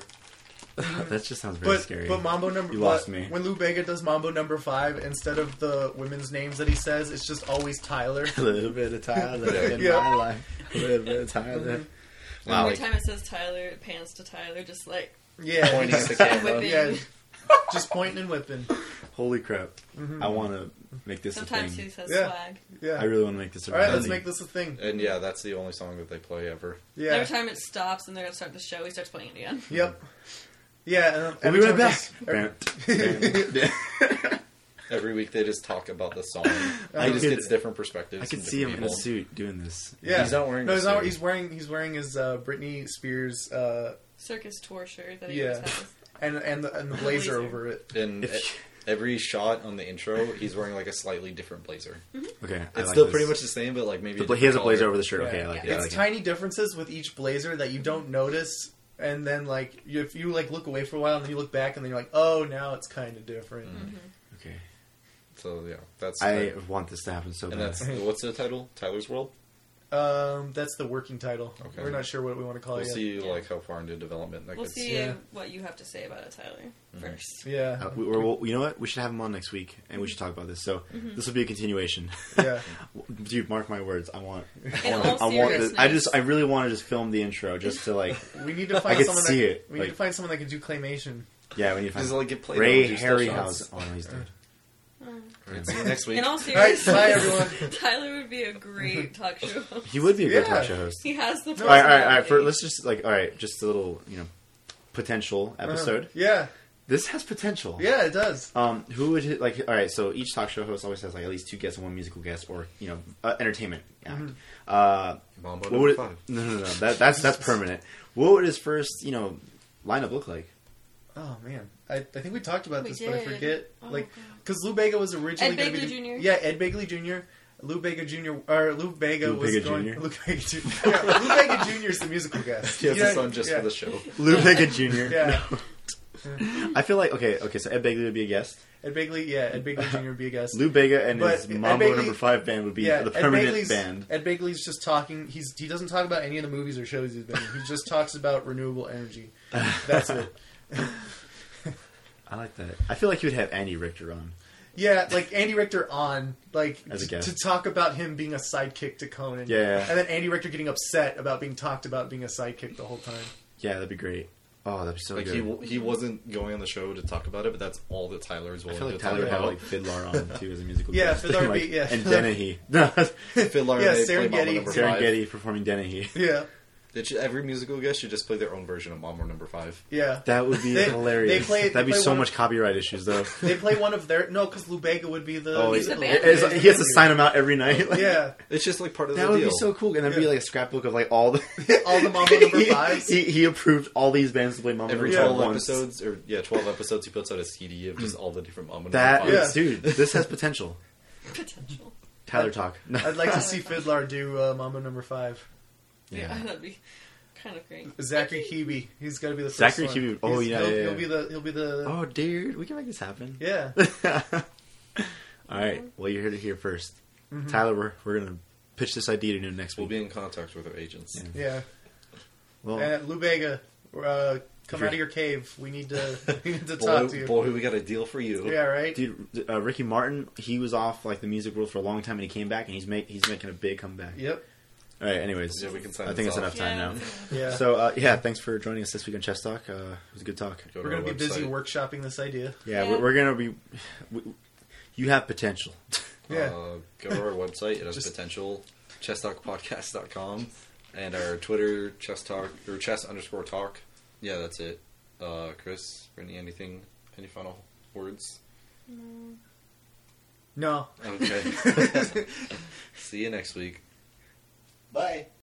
Speaker 2: That just sounds really
Speaker 3: But
Speaker 2: scary.
Speaker 3: but Mambo number
Speaker 2: You
Speaker 3: but
Speaker 2: lost me.
Speaker 3: when Lou Bega does Mambo number five instead of the women's names that he says, it's just always Tyler.
Speaker 2: a little bit of Tyler in
Speaker 3: Yeah. Mm-hmm.
Speaker 2: my life. A little bit of Tyler. Wow.
Speaker 4: Every time it says Tyler, it pans to Tyler, just like
Speaker 3: Yeah,
Speaker 5: Pointing at the
Speaker 3: just,
Speaker 5: camera.
Speaker 4: Whipping.
Speaker 3: yeah, just pointing and whipping.
Speaker 2: Holy crap.
Speaker 3: Mm-hmm.
Speaker 2: I want to make this
Speaker 4: sometimes
Speaker 2: a
Speaker 4: he
Speaker 2: thing.
Speaker 4: says
Speaker 3: Yeah.
Speaker 4: swag.
Speaker 3: Yeah.
Speaker 2: I really want to make this a
Speaker 3: All right, let's
Speaker 2: reality.
Speaker 3: make this a thing.
Speaker 5: And yeah, that's the only song that they play ever.
Speaker 3: Yeah.
Speaker 4: Every time it stops and they're gonna start the show, he starts playing it again.
Speaker 3: Yep. Yeah. And um,
Speaker 2: We'll
Speaker 3: every
Speaker 2: be
Speaker 3: time
Speaker 2: right back.
Speaker 3: this- every-
Speaker 5: Every week they just talk about the song.
Speaker 2: I
Speaker 5: I just
Speaker 2: could-
Speaker 5: gets different perspectives.
Speaker 2: I could
Speaker 5: from
Speaker 2: see him
Speaker 5: different
Speaker 2: in a
Speaker 5: people.
Speaker 2: suit doing this.
Speaker 3: yeah.
Speaker 5: He's not wearing
Speaker 3: No,
Speaker 5: a
Speaker 3: he's not.
Speaker 5: suit.
Speaker 3: He's wearing. He's wearing his uh, Britney Spears uh,
Speaker 4: Circus tour shirt that he
Speaker 3: Yeah.
Speaker 4: always has.
Speaker 3: and and the, and the blazer
Speaker 4: Blazer.
Speaker 3: over it.
Speaker 5: And
Speaker 2: If
Speaker 5: e- every shot on the intro, he's wearing like a slightly different blazer.
Speaker 2: Okay. I
Speaker 5: It's
Speaker 2: like
Speaker 5: still
Speaker 2: this.
Speaker 5: pretty much the same, but like maybe
Speaker 2: The
Speaker 5: a
Speaker 2: bla- he has a
Speaker 5: different
Speaker 2: blazer
Speaker 5: color.
Speaker 2: over the shirt.
Speaker 3: Yeah.
Speaker 2: Okay, I like it. I
Speaker 3: it's
Speaker 2: like it.
Speaker 3: tiny differences with each blazer that you don't notice, and then like you- if you like look away for a while and then you look back and then you're like, oh, now it's kind of different.
Speaker 2: Mm-hmm. Okay.
Speaker 5: So yeah, that's
Speaker 2: I want this to happen so
Speaker 5: and
Speaker 2: bad.
Speaker 5: that's what's the title? Tyler's World.
Speaker 3: Um, that's the working title.
Speaker 5: Okay.
Speaker 3: We're not sure what we want to call
Speaker 2: Oh,
Speaker 5: We'll
Speaker 3: it. yet.
Speaker 5: see
Speaker 4: Yeah.
Speaker 5: like how far into development that
Speaker 4: We'll
Speaker 5: gets.
Speaker 4: see
Speaker 3: yeah.
Speaker 4: what you have to say about it, Tyler, first.
Speaker 3: Yeah,
Speaker 2: Uh, we, we're, well, you know what? We should have him on next week, and we should talk about this. So this will be a continuation.
Speaker 3: yeah.
Speaker 2: Dude, mark my words. I want. I
Speaker 4: In
Speaker 2: want.
Speaker 4: all
Speaker 2: I, want this, I
Speaker 4: seriousness.
Speaker 2: just. I really want to just film the intro, just to like.
Speaker 3: We need to find
Speaker 2: Oh. could
Speaker 3: someone.
Speaker 2: see
Speaker 3: that,
Speaker 2: it,
Speaker 3: We
Speaker 2: like-
Speaker 3: need to find someone that can do claymation.
Speaker 2: Yeah, we need to find
Speaker 5: Just like get played
Speaker 2: Ray
Speaker 5: out, do still
Speaker 2: Harryhausen.
Speaker 5: shots.
Speaker 2: Oh no, he's dead.
Speaker 5: Alright, see you next week.
Speaker 4: In all
Speaker 3: All right,
Speaker 4: seriousness,
Speaker 3: bye everyone.
Speaker 4: Tyler would be a great talk show. host.
Speaker 2: He would be a good
Speaker 3: Yeah.
Speaker 2: talk show host.
Speaker 4: he has the.
Speaker 2: All right, all right, all right. For, let's just like, all right, just a little, you know, potential episode.
Speaker 3: Uh, yeah,
Speaker 2: This has potential.
Speaker 3: yeah, it does.
Speaker 2: Um, who would like? All right, so each talk show host always has like at least two guests and one musical guest, or you know, uh, entertainment act. Uh,
Speaker 5: Mambo
Speaker 2: what would
Speaker 5: number
Speaker 2: it,
Speaker 5: five.
Speaker 2: no, no, no, that, that's that's permanent. What would his first, you know, lineup look like?
Speaker 3: Oh man, I, I think we talked about
Speaker 4: We
Speaker 3: this, but I
Speaker 4: did.
Speaker 3: forget.
Speaker 4: Oh,
Speaker 3: like,
Speaker 4: God.
Speaker 3: because Lou Bega was originally
Speaker 4: Ed
Speaker 3: gonna
Speaker 4: Begley
Speaker 3: be the-
Speaker 4: Jr.?
Speaker 3: Yeah, Ed Begley Jr. Lou Bega Jr. or Lou Bega
Speaker 2: Lou
Speaker 3: was
Speaker 2: Bega
Speaker 3: going.
Speaker 2: Jr.?
Speaker 3: Lou Bega Jr. Yeah, Lou Bega Jr. is the musical guest.
Speaker 5: He has
Speaker 3: yeah,
Speaker 5: his son just
Speaker 3: yeah,
Speaker 5: for the show.
Speaker 2: Lou Bega Jr.
Speaker 3: Yeah,
Speaker 2: I feel like okay, okay. So Ed Begley would be a guest.
Speaker 3: Ed Begley. Yeah, Ed Begley Jr. would be a guest.
Speaker 2: Lou Bega and
Speaker 3: But
Speaker 2: his
Speaker 3: Ed
Speaker 2: Mambo
Speaker 3: Begley-
Speaker 2: Number Five band would be
Speaker 3: yeah,
Speaker 2: the
Speaker 3: Ed
Speaker 2: permanent
Speaker 3: Begley's-
Speaker 2: band.
Speaker 3: Ed Begley's just talking. He's he doesn't talk about any of the movies or shows he's been. in. He just talks about renewable energy. That's it.
Speaker 2: I like that. I feel like he would have Andy Richter on.
Speaker 3: Yeah, like Andy Richter on like
Speaker 2: As a
Speaker 3: t-
Speaker 2: guest.
Speaker 3: to talk about him being a sidekick to Conan.
Speaker 2: Yeah.
Speaker 3: and then Andy Richter getting upset about being talked about being a sidekick the whole time.
Speaker 2: Yeah, that'd be great. Oh, that'd be so
Speaker 5: Like
Speaker 2: good.
Speaker 5: he w- he wasn't going on the show to talk about it, but that's all that Tyler is
Speaker 2: I
Speaker 5: willing
Speaker 2: feel like
Speaker 5: to
Speaker 2: Tyler
Speaker 5: talk
Speaker 2: would have
Speaker 5: about.
Speaker 2: like Fiddler on too as a musical
Speaker 3: Yeah,
Speaker 2: guest.
Speaker 3: Fiddler would
Speaker 2: Like,
Speaker 3: be- yeah.
Speaker 2: and Dennehy. No,
Speaker 5: Fiddler,
Speaker 3: Yeah,
Speaker 5: they play Mambo
Speaker 3: Serengeti.
Speaker 5: number five.
Speaker 2: Serengeti performing Dennehy.
Speaker 3: Yeah,
Speaker 5: They should- every musical guest should just play their own version of Mambo number five.
Speaker 3: yeah.
Speaker 2: That would be
Speaker 3: They-
Speaker 2: hilarious.
Speaker 3: they play-
Speaker 2: That'd
Speaker 3: they
Speaker 2: be
Speaker 3: play
Speaker 2: so
Speaker 3: one
Speaker 2: much
Speaker 3: of-
Speaker 2: copyright issues though.
Speaker 3: They play one of their no, because Lubega would be the.
Speaker 2: oh,
Speaker 4: He's
Speaker 2: it- it-
Speaker 4: a band.
Speaker 2: it's like- he has to sign them out every night. like-
Speaker 3: Yeah,
Speaker 5: It's just like part of
Speaker 2: That
Speaker 5: the
Speaker 2: would
Speaker 5: deal.
Speaker 2: be so cool, and that'd be
Speaker 3: Yeah.
Speaker 2: like a scrapbook of like all the
Speaker 3: all the Mambo number
Speaker 2: he,
Speaker 3: fives.
Speaker 2: He, he approved all these bands to play Mambo
Speaker 5: Every
Speaker 2: Number
Speaker 3: Yeah.
Speaker 2: Five
Speaker 5: twelve
Speaker 2: once.
Speaker 5: episodes, or yeah, twelve episodes, he puts out a CD of just all the different Mambo
Speaker 2: That
Speaker 5: number
Speaker 3: Yeah.
Speaker 5: fives.
Speaker 2: is- dude, this has potential.
Speaker 4: potential.
Speaker 2: Tyler talk. No.
Speaker 3: I'd like to see Fiddler do uh, Mambo number five.
Speaker 4: Yeah,
Speaker 2: Yeah.
Speaker 4: that'd be kind of great.
Speaker 3: Zachary Kibi, he's got to be the first
Speaker 2: Zachary
Speaker 3: one.
Speaker 2: Queeby- oh,
Speaker 3: He's-
Speaker 2: yeah,
Speaker 3: he'll,
Speaker 2: yeah,
Speaker 3: he'll
Speaker 2: yeah.
Speaker 3: be the he'll be the
Speaker 2: Oh, dude, we can make this happen.
Speaker 3: yeah.
Speaker 2: All right. Well, you heard it here 1st Tyler, we're, we're gonna pitch this idea to him next
Speaker 5: We'll
Speaker 2: week.
Speaker 5: be in contact with our agents.
Speaker 2: Yeah.
Speaker 3: Yeah,
Speaker 2: well,
Speaker 3: and Lubega, uh, come
Speaker 2: Oh. If
Speaker 3: out of your cave. We need to we need to
Speaker 5: Boy,
Speaker 3: talk to you.
Speaker 5: boy, we got a deal for you.
Speaker 3: Yeah, right.
Speaker 2: dude, uh, Ricky Martin, he was off like the music world for a long time, and he came back, and he's make he's making a big comeback.
Speaker 3: Yep.
Speaker 2: All right. Anyways,
Speaker 5: Yeah, we can sign
Speaker 2: I think
Speaker 5: this
Speaker 2: it's enough
Speaker 5: off.
Speaker 2: time now.
Speaker 3: Yeah.
Speaker 2: So uh, yeah, thanks for joining us this week on Chess Talk. Uh, it was a good talk.
Speaker 5: Go
Speaker 3: we're gonna
Speaker 5: our
Speaker 3: be busy
Speaker 5: website.
Speaker 3: workshopping this idea.
Speaker 2: Yeah,
Speaker 4: Yeah.
Speaker 2: We're, we're gonna be. We, you have potential.
Speaker 3: Yeah.
Speaker 5: Uh, go to our website. It has
Speaker 3: Just-
Speaker 5: potential. ChessTalkPodcast.com. and our Twitter chess talk or chess underscore talk. Yeah, that's it. Uh, Chris, Brittany, anything? Any final words?
Speaker 4: No.
Speaker 3: No.
Speaker 5: Okay. See you next week.
Speaker 2: Bye.